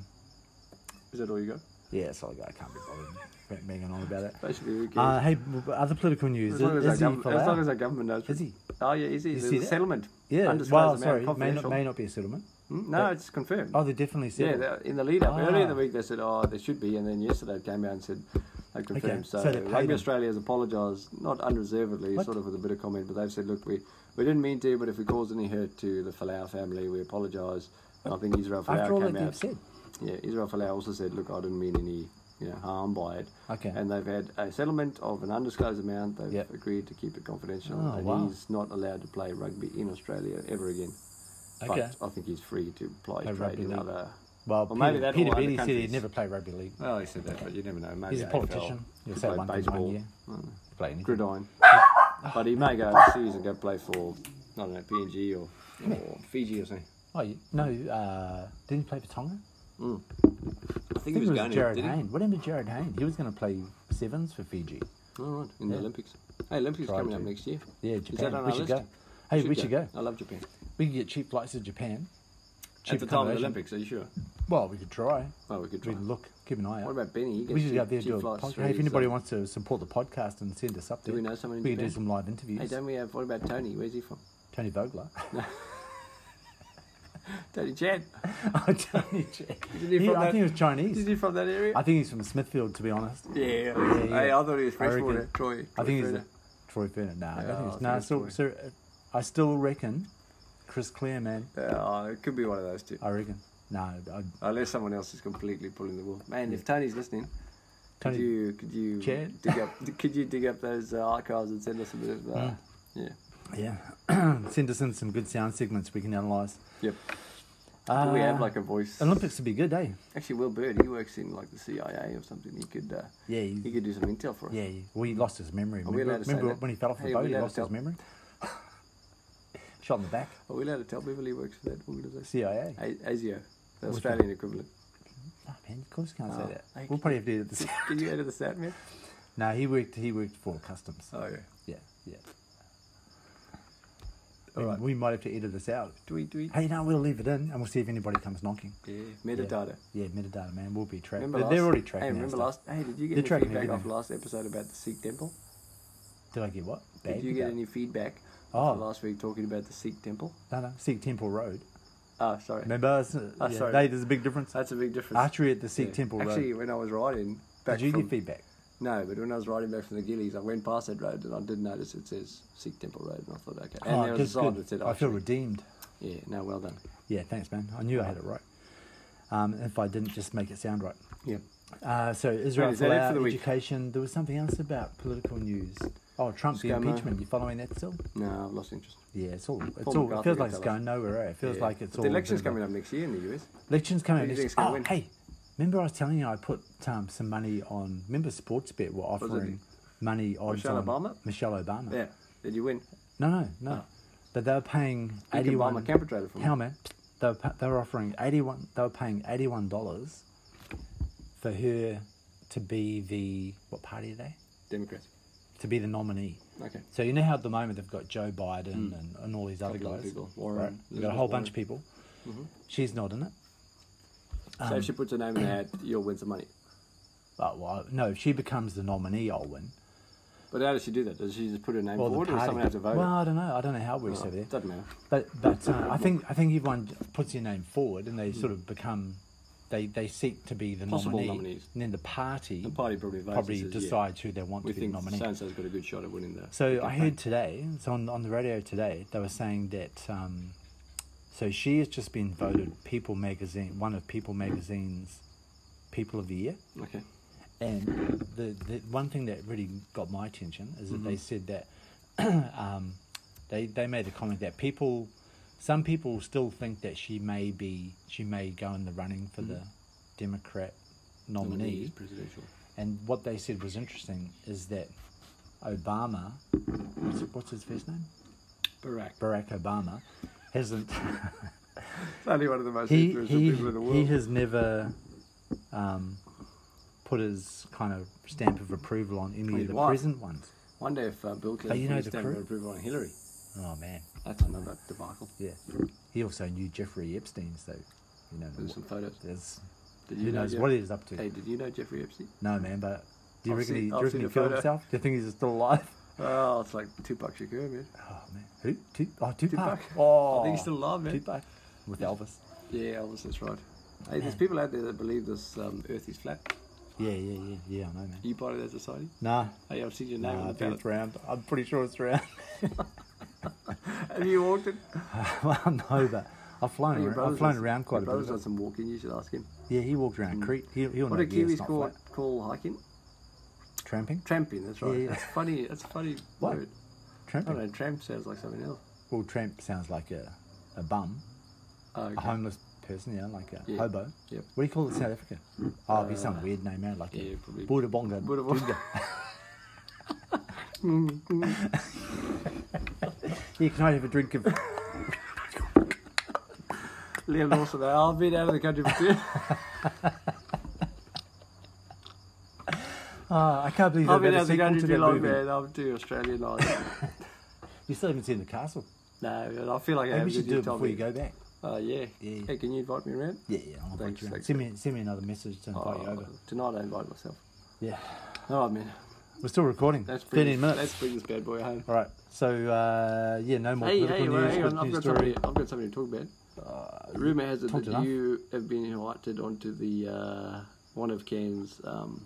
B: Is that all you got?
C: yeah, that's all I got. I can't be bothered banging on about it.
B: Basically, who cares?
C: Uh, hey, b- b- other political news.
B: as long as,
C: Is he
B: our, gov- as long as
C: Falau?
B: our government knows.
C: Is he?
B: Oh, yeah, is he?
C: You
B: There's
C: see
B: a
C: that?
B: settlement.
C: Yeah,
B: Undisclosed
C: well,
B: amount,
C: sorry, may
B: confidential.
C: not, may not be a settlement.
B: Hmm? No, it's confirmed.
C: Oh, they're definitely
B: yeah,
C: settled.
B: they- in the lead up earlier in the
C: Ah.
B: week, they said, oh, there should be. And then yesterday it came out and said, they confirmed. So,
C: so they paid
B: Rugby
C: him.
B: Australia has apologised, not unreservedly,
C: What?
B: sort of with a bit of comment, but they've said, look, we, we didn't mean to, but if we caused any hurt to the Falau family, we apologise. And I think Israel Falau
C: After all
B: came
C: that
B: out.
C: they've said.
B: Yeah, Israel Falau also said, look, I didn't mean any you know, harm by it.
C: Okay.
B: And they've had a settlement of an undisclosed amount. They've
C: Yep.
B: agreed to keep it confidential.
C: Oh,
B: and
C: wow.
B: he's not allowed to play rugby in Australia ever again.
C: Okay.
B: But I think he's free to play,
C: Play
B: trade
C: rugby
B: in
C: league.
B: other.
C: Well,
B: Well, maybe
C: Peter,
B: that'll
C: Peter
B: wind the
C: Beattie said
B: countries.
C: he'd never play rugby league.
B: Well, he said that, but you never know. Maybe
C: He's a
B: AFL,
C: politician. He'll
B: could
C: say
B: play
C: one thing
B: baseball,
C: one year.
B: mm,
C: Play anything. <laughs>
B: gridiron. but he may go overseas and go play for, I don't know, PNG or, or Fiji or something.
C: Oh, you, no, uh, didn't he play for Tonga?
B: I think,
C: I think it was
B: going
C: Jared
B: to, did he?
C: Hayne. What happened to Jared Hayne? He was going to play sevens for Fiji.
B: All right, in the
C: Yeah.
B: Olympics. Hey, Olympics
C: Tried
B: coming up
C: to.
B: next year.
C: Yeah,
B: Is
C: Japan.
B: that on
C: We
B: our
C: should
B: list?
C: go. Hey, we should go.
B: I love Japan.
C: We could get cheap flights to Japan. Cheap
B: At the time of the
C: accommodation.
B: Olympics, are you sure?
C: Well, we could try.
B: Oh, we could try.
C: We'd look, keep an eye out.
B: What about Benny? He gets
C: we should go
B: cheap-
C: out there and
B: cheap
C: do a
B: flights
C: podcast.
B: through
C: Hey, if
B: his,
C: anybody
B: uh,
C: wants to support the podcast and send us up
B: Do
C: there,
B: we know someone in
C: we could do
B: Japan?
C: some live interviews.
B: Hey, don't we have? What about Tony? Where's he from?
C: Tony Vogler. <laughs>
B: Tony Chan.
C: oh, Tony J.
B: Isn't he
C: He-
B: from
C: I
B: that-
C: think he was
B: Is
C: Chinese.
B: he from that area?
C: I think he's from Smithfield, to be honest.
B: yeah.
C: yeah.
B: Hey, I thought he was
C: I
B: freshwater.
C: reckon-
B: Troy.
C: I think
B: Troy
C: he's
B: Turner.
C: Troy Ferner. Nah, I
B: Yeah,
C: don't think
B: I
C: it's, nah,
B: think
C: still,
B: it's
C: so, uh, I still reckon Chris Clare, man.
B: Yeah, oh, it could be one of those two.
C: I reckon. Nah, I,
B: Unless someone else is completely pulling the wool. Man, if Tony's listening,
C: Tony-
B: could you could you
C: Chan?
B: dig up could you dig up those uh, archives and send us a bit of uh, that? Yeah.
C: yeah. <clears throat> Send us in some good sound segments we can analyse.
B: Yep. Do we
C: Uh,
B: have like a voice?
C: Olympics would be good, eh?
B: Actually, Will Bird, he works in like the CIA or something. He could uh,
C: Yeah,
B: he,
C: he-
B: could do some intel for us.
C: Yeah, well, he lost his memory.
B: we allowed
C: Remember,
B: to say
C: remember
B: that?
C: when he fell off
B: Hey,
C: the
B: are
C: boat,
B: we
C: he
B: allowed to
C: lost
B: tell-
C: his memory? Shot in the back.
B: Are we allowed to tell people he works for that organisation?
C: CIA.
B: A- ASIO, the Australian equivalent.
C: Nah, man, of course you can't
B: Oh,
C: say that.
B: okay.
C: We'll probably have to edit this.
B: Can you edit this out, man?
C: no, he worked. He worked for customs.
B: Oh yeah.
C: Yeah, yeah. All right, we might have to edit this out.
B: Tweet tweet.
C: Hey, no, we'll leave it in, and we'll see if anybody comes knocking.
B: Yeah. Metadata.
C: Yeah, metadata, man, we'll be tracked.
B: Remember
C: They're,
B: last,
C: they're already tracking.
B: Hey,
C: our
B: remember
C: stuff.
B: last? Hey, did you get
C: They're
B: any
C: tracking
B: feedback off
C: everything.
B: last episode about the Sikh temple?
C: Did I get what?
B: Did
C: Bag
B: you get
C: about-
B: any feedback
C: Oh.
B: after last week talking about the Sikh temple?
C: No, no. Sikh Temple Road.
B: Oh, sorry.
C: Remember? It's, uh,
B: Oh,
C: yeah,
B: sorry.
C: they- there's a big difference.
B: That's a big difference.
C: Archery at the Sikh
B: Yeah.
C: Temple
B: Actually,
C: Road.
B: when I was riding back
C: Did you
B: from
C: get feedback?
B: No, but when I was riding back from the Gillies, I went past that road and I did notice it says Sikh Temple Road, and I thought, okay. And
C: Oh,
B: there was
C: good,
B: a sign
C: good.
B: that said,
C: I feel
B: Archery.
C: redeemed.
B: Yeah, no, well done.
C: Yeah, thanks, man. I knew I had it right. Um, if I didn't, just make it sound right.
B: Yeah.
C: Uh, so Israel
B: Right, is that it
C: Falau,
B: for the week?
C: education. There was something else about political news. Oh, Trump, the
B: Scammer.
C: impeachment. You following that still?
B: No, I've lost interest.
C: Yeah, it's all. It's
B: Paul
C: all. It
B: McCarthy
C: feels
B: can
C: like it's
B: tell us.
C: going nowhere. Eh? It feels
B: Yeah.
C: like it's
B: But
C: all.
B: The
C: a
B: election's
C: bit of a-
B: coming up next year in the US.
C: Election's
B: Who
C: coming.
B: do you
C: Next,
B: think's gonna
C: oh,
B: win?
C: hey, remember I was telling you I put um, some money on. Remember Sportsbet were offering money odds
B: Michelle
C: on
B: Obama?
C: Michelle Obama.
B: Yeah. Did you win?
C: No, no, no. But they were paying
B: You can buy my
C: eighty-one.
B: camper trailer from
C: How man? They were, pa- they were offering eighty-one. They were paying eighty-one dollars for her to be the what party are they?
B: Democrats.
C: To be the nominee.
B: Okay.
C: So you know how at the moment they've got Joe Biden and, and all these other
B: Hmm. Couple of
C: guys.
B: people. Warren,
C: right? They've got
B: Elizabeth
C: a whole
B: Warren. Mm-hmm.
C: bunch of people. She's not in it. Um,
B: so if she puts her name in the hat, you'll win some money.
C: But well, no, if she becomes the nominee, I'll win.
B: But how does she do that? Does she just put her name
C: Or the
B: forward or does
C: party-
B: someone have to vote?
C: Well, I don't know. I don't know how it works
B: Oh,
C: over there.
B: doesn't matter.
C: But but uh, I think I think everyone puts their name forward and they sort of become they, they seek to be the
B: Hmm. Possible
C: nominee.
B: nominees.
C: And then the party
B: The party probably votes
C: probably
B: and says, yeah,
C: decides who they want
B: We
C: to be
B: think
C: the nominee.
B: so and so's got a good shot at winning the.
C: So
B: the
C: I heard today, so on, on the radio today, they were saying that. Um, so she has just been voted People Magazine, one of People Magazine's People of the Year.
B: campaign. Okay.
C: And the, the one thing that really got my attention is that they said that <clears throat> um, they they made a comment that people, some people still think that she may be she may go in the running for the Democrat
B: Nominee is
C: nominee.
B: presidential.
C: And what they said was interesting is that Obama, what's, what's his first name?
B: Barack.
C: Barack Obama,
B: <laughs>
C: hasn't
B: Only one of the most
C: he
B: influential
C: he,
B: people in the world.
C: he has never um, put his kind of stamp of approval on any
B: His
C: of the
B: wife.
C: present ones.
B: Wonder if uh, Bill
C: But
B: Clinton
C: Oh, you
B: put
C: know
B: his
C: the
B: stamp
C: crew-
B: of approval on Hillary.
C: Oh man,
B: That's another debacle.
C: yeah. He also knew Jeffrey Epstein, so you know.
B: There's some photos.
C: there's-
B: Did
C: who knows
B: Jeff-
C: what he was up to?
B: Hey, did you know Jeffrey Epstein?
C: No man, but do you
B: I've seen-
C: reckon he, do you
B: I've
C: reckon
B: seen
C: he
B: the
C: killed
B: photo.
C: himself? Do you think he's still alive?
B: Oh, it's like Tupac Shakur, man.
C: Oh man, who? Tu- oh, Tupac.
B: Tupac.
C: Oh,
B: I think he's still alive, man.
C: Tupac with Elvis.
B: Yeah, Elvis, that's right. Hey, there's people out there that believe this um, Earth is flat.
C: Yeah, yeah, yeah, yeah. I know, man.
B: Are you part of that society?
C: Nah,
B: Hey, I've seen your name
C: nah.
B: on
C: I
B: the
C: think
B: ballot.
C: it's round. I'm pretty sure it's round.
B: <laughs> Have you walked it?
C: <laughs> well, no, but I've flown.
B: Hey, your
C: ar- I've
B: brother's
C: flown
B: done-
C: around quite
B: your
C: a bit.
B: brother's done some walking. You should ask him.
C: Yeah, he walked around Crete. He, he'll
B: What
C: know.
B: do
C: yeah, it's
B: Kiwis
C: not
B: call,
C: flat.
B: call hiking?
C: Tramping.
B: Tramping. That's right.
C: Yeah, yeah.
B: That's funny. That's a funny
C: What?
B: word. I
C: Tramping.
B: don't know. Tramp sounds like something else.
C: Well, tramp sounds like a, a bum,
B: Oh, okay.
C: a homeless person, you know, like a
B: Yeah.
C: hobo.
B: Yep. Mm. Uh,
C: What do you call it in South Africa? Oh, it'd be some weird name, man, like
B: yeah,
C: a
B: probably-
C: Budabonga.
B: Buddha boy.
C: <laughs>
B: Mm,
C: Yeah, can I have a drink
B: <laughs>
C: of.
B: Liam Lawson. I've been out of the country for
C: <laughs>
B: two.
C: Ah, I can't believe
B: I've
C: they've
B: been out
C: had a
B: of the
C: sequel
B: country
C: to
B: too
C: that
B: long,
C: movie.
B: man. I'm too Australian.
C: <laughs>
B: I-
C: You still haven't seen The Castle.
B: no, man, I feel like I
C: Maybe
B: have.
C: we should do it
B: told
C: before
B: me.
C: you go back.
B: Uh, yeah.
C: Yeah.
B: Hey, can you invite me around?
C: Yeah, yeah, I'll invite
B: Thanks,
C: you around.
B: thanks.
C: Send me, send me another message to invite you
B: Oh,
C: over.
B: tonight I invite myself.
C: Yeah.
B: All right, man.
C: We're still recording.
B: Let's bring,
C: 13
B: this,
C: minutes.
B: let's bring this bad boy home.
C: All right. So, uh, yeah, no more
B: Hey, hey,
C: political
B: well,
C: news.
B: hang
C: good
B: on. I've
C: news
B: got,
C: story. Uh,
B: something, I've got something to talk about. Rumour has it
C: talked
B: that
C: enough.
B: you have been invited onto the uh, one of Cairns' um,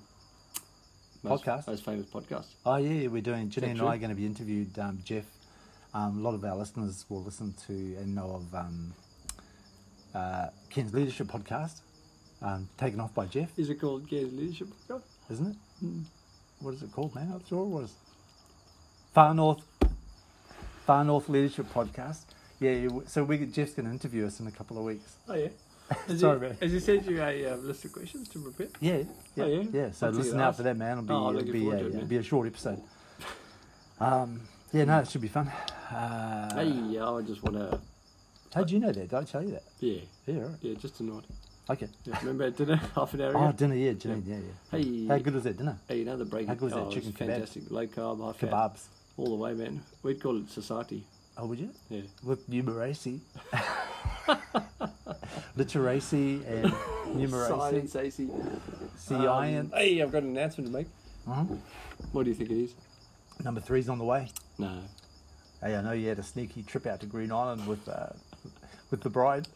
B: most,
C: Podcast?
B: most famous podcasts.
C: Oh yeah, yeah, we're doing. Jenny
B: that
C: and
B: true?
C: I are going to be interviewed. Um, Jeff, um, a lot of our listeners will listen to and know of um, uh, Ken's leadership podcast, um, taken off by Jeff,
B: Is it called Cairns Leadership Podcast?
C: isn't it? Hmm. What is it called now? After all, what is Far North? Far North Leadership Podcast. Yeah, yeah, w- so we Jeff's going to interview us in a couple of weeks.
B: Oh, <laughs> yeah. Has
C: Sorry,
B: he,
C: man.
B: Has he sent you a um, list of questions to prepare?
C: Yeah, yeah,
B: Oh, yeah?
C: yeah. So
B: I'll see
C: listen
B: you
C: out
B: after.
C: for that, man. It'll be,
B: Oh, I'm
C: it'll
B: looking
C: be,
B: forward
C: a,
B: to it,
C: it'll
B: man.
C: be a short episode. Um, yeah, no, it should be fun. Uh,
B: Hey, I just want to.
C: How'd you know that? Did I tell you that?
B: Yeah.
C: Yeah, right.
B: Yeah, just tonight.
C: Okay.
B: Yeah, remember at dinner <laughs> half an hour ago?
C: Oh, dinner, yeah, Janine, yeah, yeah.
B: Hey.
C: How good was that dinner?
B: Hey, another break.
C: How good was that
B: it
C: chicken kebab?
B: Fantastic. Low carb, high fat.
C: Kebabs.
B: All the way, man. We'd call it society.
C: Oh, would you?
B: Yeah.
C: With numeracy. <laughs> Literacy and numeracy.
B: Science, Um, AC.
C: Science.
B: Hey, I've got an announcement to make.
C: Uh-huh.
B: What do you think it is?
C: Number three's on the way.
B: No.
C: Hey, I know you had a sneaky trip out to Green Island with uh, with the bride.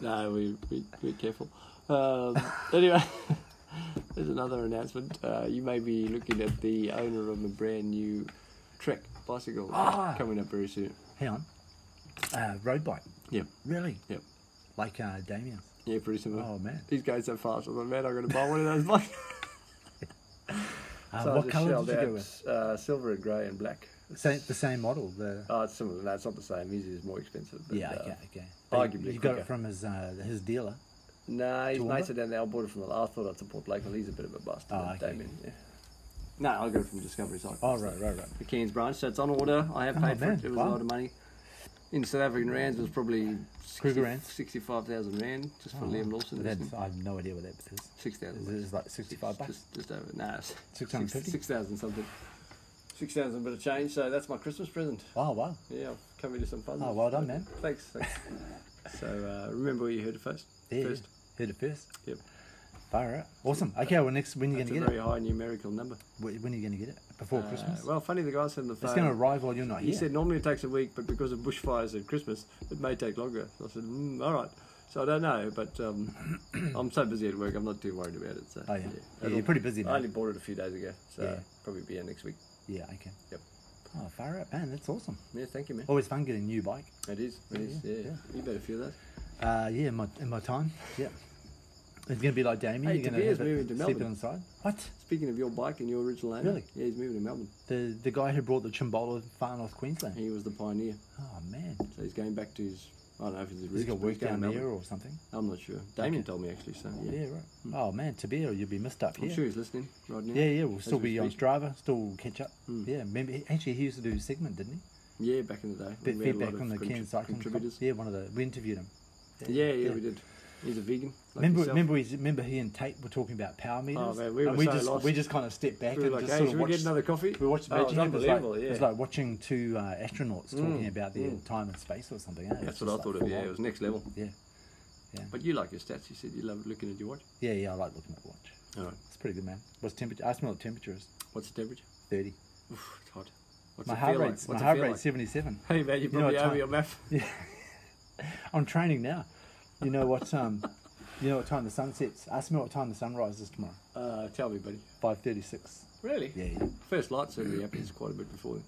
B: No, we, we, we're careful. Um, <laughs> anyway, there's another announcement. Uh, you may be looking at the owner of a brand new Trek bicycle
C: Ah.
B: coming up very soon.
C: Hang on. Uh, road bike.
B: Yep.
C: Really?
B: Yep.
C: Like uh, Damien's.
B: Yeah, pretty similar.
C: Oh, man.
B: He's going so fast. I'm like, man, I'm going to buy one of those bikes.
C: <laughs> Uh,
B: So I
C: what
B: just
C: colour
B: shelled
C: did you
B: out,
C: go with?
B: Uh, silver and grey and black.
C: Same, the same model. The
B: Oh, it's similar. No, it's not the same. His is more expensive. But,
C: yeah,
B: uh,
C: okay, okay.
B: arguably
C: you got
B: quicker.
C: it from his uh, his dealer.
B: Nah, he's
C: Toowoomba?
B: nicer down there. I bought it from the. I thought I'd support local. He's a bit of a bust.
C: Oh,
B: but
C: okay.
B: Damien, yeah. No, I got it from Discovery Cycle.
C: Oh, right, right, right.
B: The Cairns branch, so it's on order. I have
C: Oh,
B: paid for
C: man,
B: it. It was
C: wow.
B: a lot of money. In South African rands, it was probably
C: Kruger rands? Oh,
B: 65,000 rand just for Liam Lawson.
C: That's, I have no idea what that is.
B: Six thousand.
C: Is it like 65 bucks?
B: Just, just over. Nah, it's
C: 650?
B: 6,000 something. 6,000 bit of change. So that's my Christmas present.
C: Oh, wow.
B: Yeah, I've come into some fun.
C: Oh, well done, man.
B: Thanks,
C: <laughs>
B: thanks. so uh, remember where you heard it first.
C: Yeah, yeah.
B: First.
C: Heard it first.
B: Yep.
C: Far out. Awesome. Okay, well, next, when are you
B: That's a
C: going to get
B: very
C: it?
B: high numerical number.
C: Wh- When are you going to get it? Before
B: Uh,
C: Christmas?
B: well, funny the guy said on the phone.
C: it's going to arrive while you're not
B: He
C: here.
B: said normally it takes a week, but because of bushfires at Christmas, it may take longer. So I said, mm, all right. So I don't know, but
C: <clears throat>
B: um, I'm so busy at work, I'm not too worried about it. So
C: Oh, yeah. Yeah,
B: It'll-
C: you're pretty busy,
B: I only
C: man.
B: bought it a few days ago, so
C: Yeah.
B: probably be here next week.
C: Yeah, okay.
B: Yep.
C: Oh, far out, man. That's awesome.
B: Yeah, thank you, man.
C: Always fun getting a new bike.
B: It is, it is. Yeah, you better feel that.
C: Uh, yeah, in my, in my time. Yeah. It's going to be like Damien.
B: Hey,
C: you're
B: De
C: going
B: Beers
C: have it,
B: moving to
C: sleep it
B: Melbourne.
C: inside. What?
B: Speaking of your bike and your original owner,
C: Really?
B: yeah, he's moving to Melbourne.
C: The the guy who brought the Chimbola far north Queensland.
B: He was the pioneer,
C: Oh, man.
B: so he's going back to his. I don't know if it's his
C: He's
B: roots.
C: got
B: but
C: work
B: he's going
C: down
B: to
C: there
B: Melbourne.
C: or something.
B: I'm not sure. Damien told me actually, so yeah.
C: Yeah, right. Oh, man, Tabir, you'll be missed up
B: I'm
C: here.
B: sure he's listening right now.
C: Yeah, yeah, we'll
B: as
C: still
B: we
C: be on
B: speak. Hmm.
C: Strava, still catch up. Yeah, remember, he- actually, he used to do a segment, didn't he?
B: Yeah, back in the day.
C: Bit
B: we had a lot
C: feedback
B: of
C: on the
B: contri-
C: Cairns Cycling Club.
B: contributors.
C: Yeah, one of the, we interviewed him.
B: Yeah, yeah, we did. He's a vegan. Like
C: remember,
B: yourself. Oh,
C: remember, we, remember he and Tate were talking about power meters.
B: man, we were
C: and we
B: so
C: just
B: lost.
C: we just kind of stepped back
B: We were
C: and
B: like,
C: just
B: "Hey,
C: sort of
B: should we
C: watched.
B: get another coffee?"
C: We watched the
B: Oh, it
C: Veggie
B: was
C: Hunt. It was like,
B: unbelievable,
C: it
B: yeah.
C: was
B: Hmm.
C: like watching two uh, astronauts talking about their time in space or something. eh? It's
B: That's what I
C: just
B: thought
C: like
B: of.
C: full
B: Yeah,
C: on.
B: it was next level.
C: Yeah,
B: But you like your stats. You said you love looking at your watch.
C: yeah, yeah. I like looking at the watch.
B: All right.
C: It's pretty good, man. What's temperature? I smell the temperature is
B: What's the temperature?
C: thirty.
B: Oof, it's hot. What's
C: My
B: it
C: heart
B: feel
C: rate's
B: like?
C: my
B: What's
C: heart
B: it feel
C: rate's seventy seven.
B: like? Hey man, you
C: know
B: probably
C: what
B: owe
C: time-
B: me your math.
C: I'm training now. You know what? Um, you know what time the sun sets? Ask me what time the sun rises tomorrow.
B: Uh, tell me, buddy.
C: Five thirty-six.
B: Really?
C: Yeah, yeah.
B: First light certainly happens quite a bit before.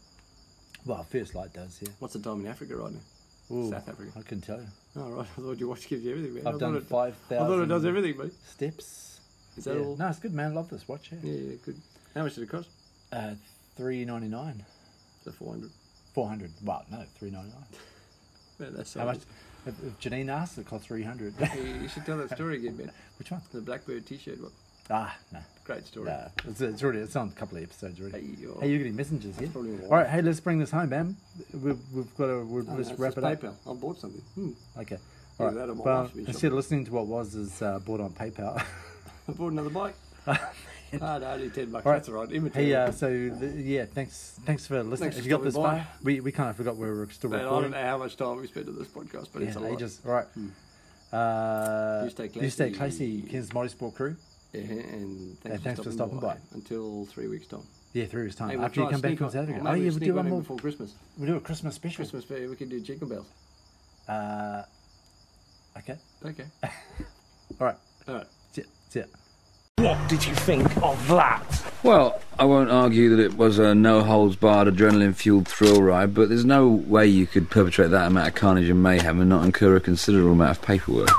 C: Well, first light does. Yeah.
B: What's the time in Africa right now?
C: Ooh,
B: South Africa.
C: I can tell you.
B: Oh, right. <laughs> I thought your watch gives you everything, man. I
C: I've
B: thought
C: done
B: it-
C: five
B: I thought it does
C: thousand-
B: everything, buddy.
C: Steps.
B: Is that
C: Yeah.
B: all?
C: No, it's good, man. Love this watch. Yeah.
B: Yeah, yeah, good. How much did it cost?
C: Uh, three ninety nine.
B: The 400.
C: Four hundred. Well, no, three ninety nine.
B: Man, that's so
C: How much?
B: much.
C: If, if Janine asked, it cost
B: <laughs>
C: three hundred.
B: You you should tell that story again, man.
C: Which one?
B: The Blackbird T-shirt one.
C: Ah, no.
B: Great story.
C: Nah, it's, it's already it's on a couple of episodes already.
B: Hey, you're-
C: hey you're getting messengers here.
B: probably why.
C: All right, hey, let's bring this home, man. We've, we've got to we're,
B: Oh,
C: let's
B: no, it's
C: wrap it
B: just
C: up.
B: PayPal. I bought something. Hmm.
C: Okay. All right.
B: that on my
C: Well,
B: wife's been
C: instead
B: shopping.
C: of listening to what was is uh, bought
B: <laughs>
C: on PayPal.
B: I bought another bike.
C: <laughs>
B: Ah, no, only 10 bucks.
C: Oh, All right.
B: That's all right. Immaterial.
C: Hey, uh, so th- yeah, thanks, thanks for listening.
B: Thanks
C: if
B: for
C: you got this
B: stopping by.
C: far, we, we kind of forgot we were still
B: Man, I don't
C: recording.
B: know how much time we spent on this podcast, but it's a
C: Yeah,
B: lot. Hmm.
C: ages. All right. Uh,
B: You stay
C: You stay
B: classy.
C: classy, Ken's Motorsport crew.
B: Yeah, and thanks,
C: And thanks
B: for, stopping
C: for stopping
B: by.
C: by.
B: Until three weeks' time.
C: Yeah, three weeks time.
B: Hey, we'll
C: After you
B: try and
C: come back
B: sneak
C: from
B: on-
C: South Africa.
B: Maybe
C: Oh, yeah,
B: we'll
C: we'll
B: sneak
C: do
B: one
C: one
B: in
C: more.
B: before Christmas.
C: We'll do a Christmas special.
B: Christmas, fair, we could do Jingle Bells.
C: Uh, okay.
B: Okay.
C: <laughs> All right.
B: All right.
C: That's it. That's it.
H: What did you think of that?
I: Well, I won't argue that it was a no holds barred adrenaline fueled thrill ride, but there's no way you could perpetrate that amount of carnage and mayhem and not incur a considerable amount of paperwork.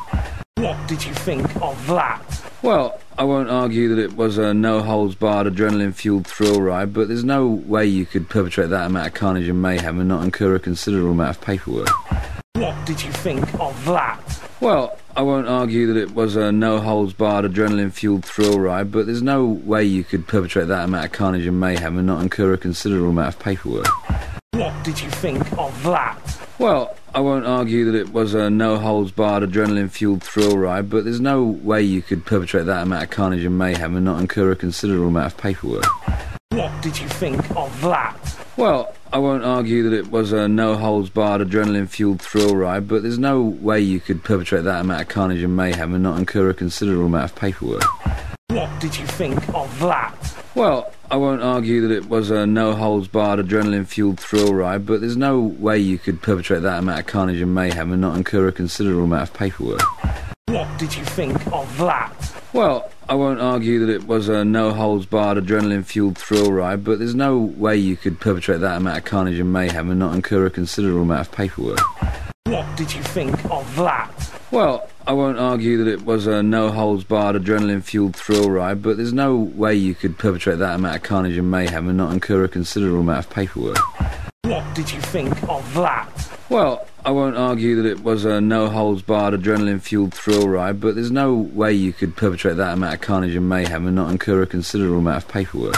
H: What did you think of that?
I: Well, I won't argue that it was a no holds barred adrenaline fueled thrill ride, but there's no way you could perpetrate that amount of carnage and mayhem and not incur a considerable amount of paperwork.
H: What did you think of that?
I: Well, I won't argue that it was a no holds barred adrenaline fueled thrill ride, but there's no way you could perpetrate that amount of carnage and mayhem and not incur a considerable amount of paperwork.
H: What did you think of that?
I: Well, I won't argue that it was a no holds barred adrenaline fueled thrill ride, but there's no way you could perpetrate that amount of carnage and mayhem and not incur a considerable amount of paperwork.
H: What did you think of that?
I: Well, I won't argue that it was a no holds barred adrenaline fueled thrill ride, but there's no way you could perpetrate that amount of carnage and mayhem and not incur a considerable amount of paperwork.
H: What did you think of that?
I: Well, I won't argue that it was a no holds barred adrenaline fueled thrill ride, but there's no way you could perpetrate that amount of carnage and mayhem and not incur a considerable amount of paperwork.
H: What did you think of that?
I: Well, I won't argue that it was a no holds barred adrenaline fueled thrill ride, but there's no way you could perpetrate that amount of carnage and mayhem and not incur a considerable amount of paperwork.
H: What did you think of that?
I: Well, I won't argue that it was a no holds barred adrenaline fueled thrill ride, but there's no way you could perpetrate that amount of carnage and mayhem and not incur a considerable amount of paperwork.
H: What did you think of that?
I: Well, I won't argue that it was a no holds barred adrenaline fueled thrill ride, but there's no way you could perpetrate that amount of carnage and mayhem and not incur a considerable amount of paperwork.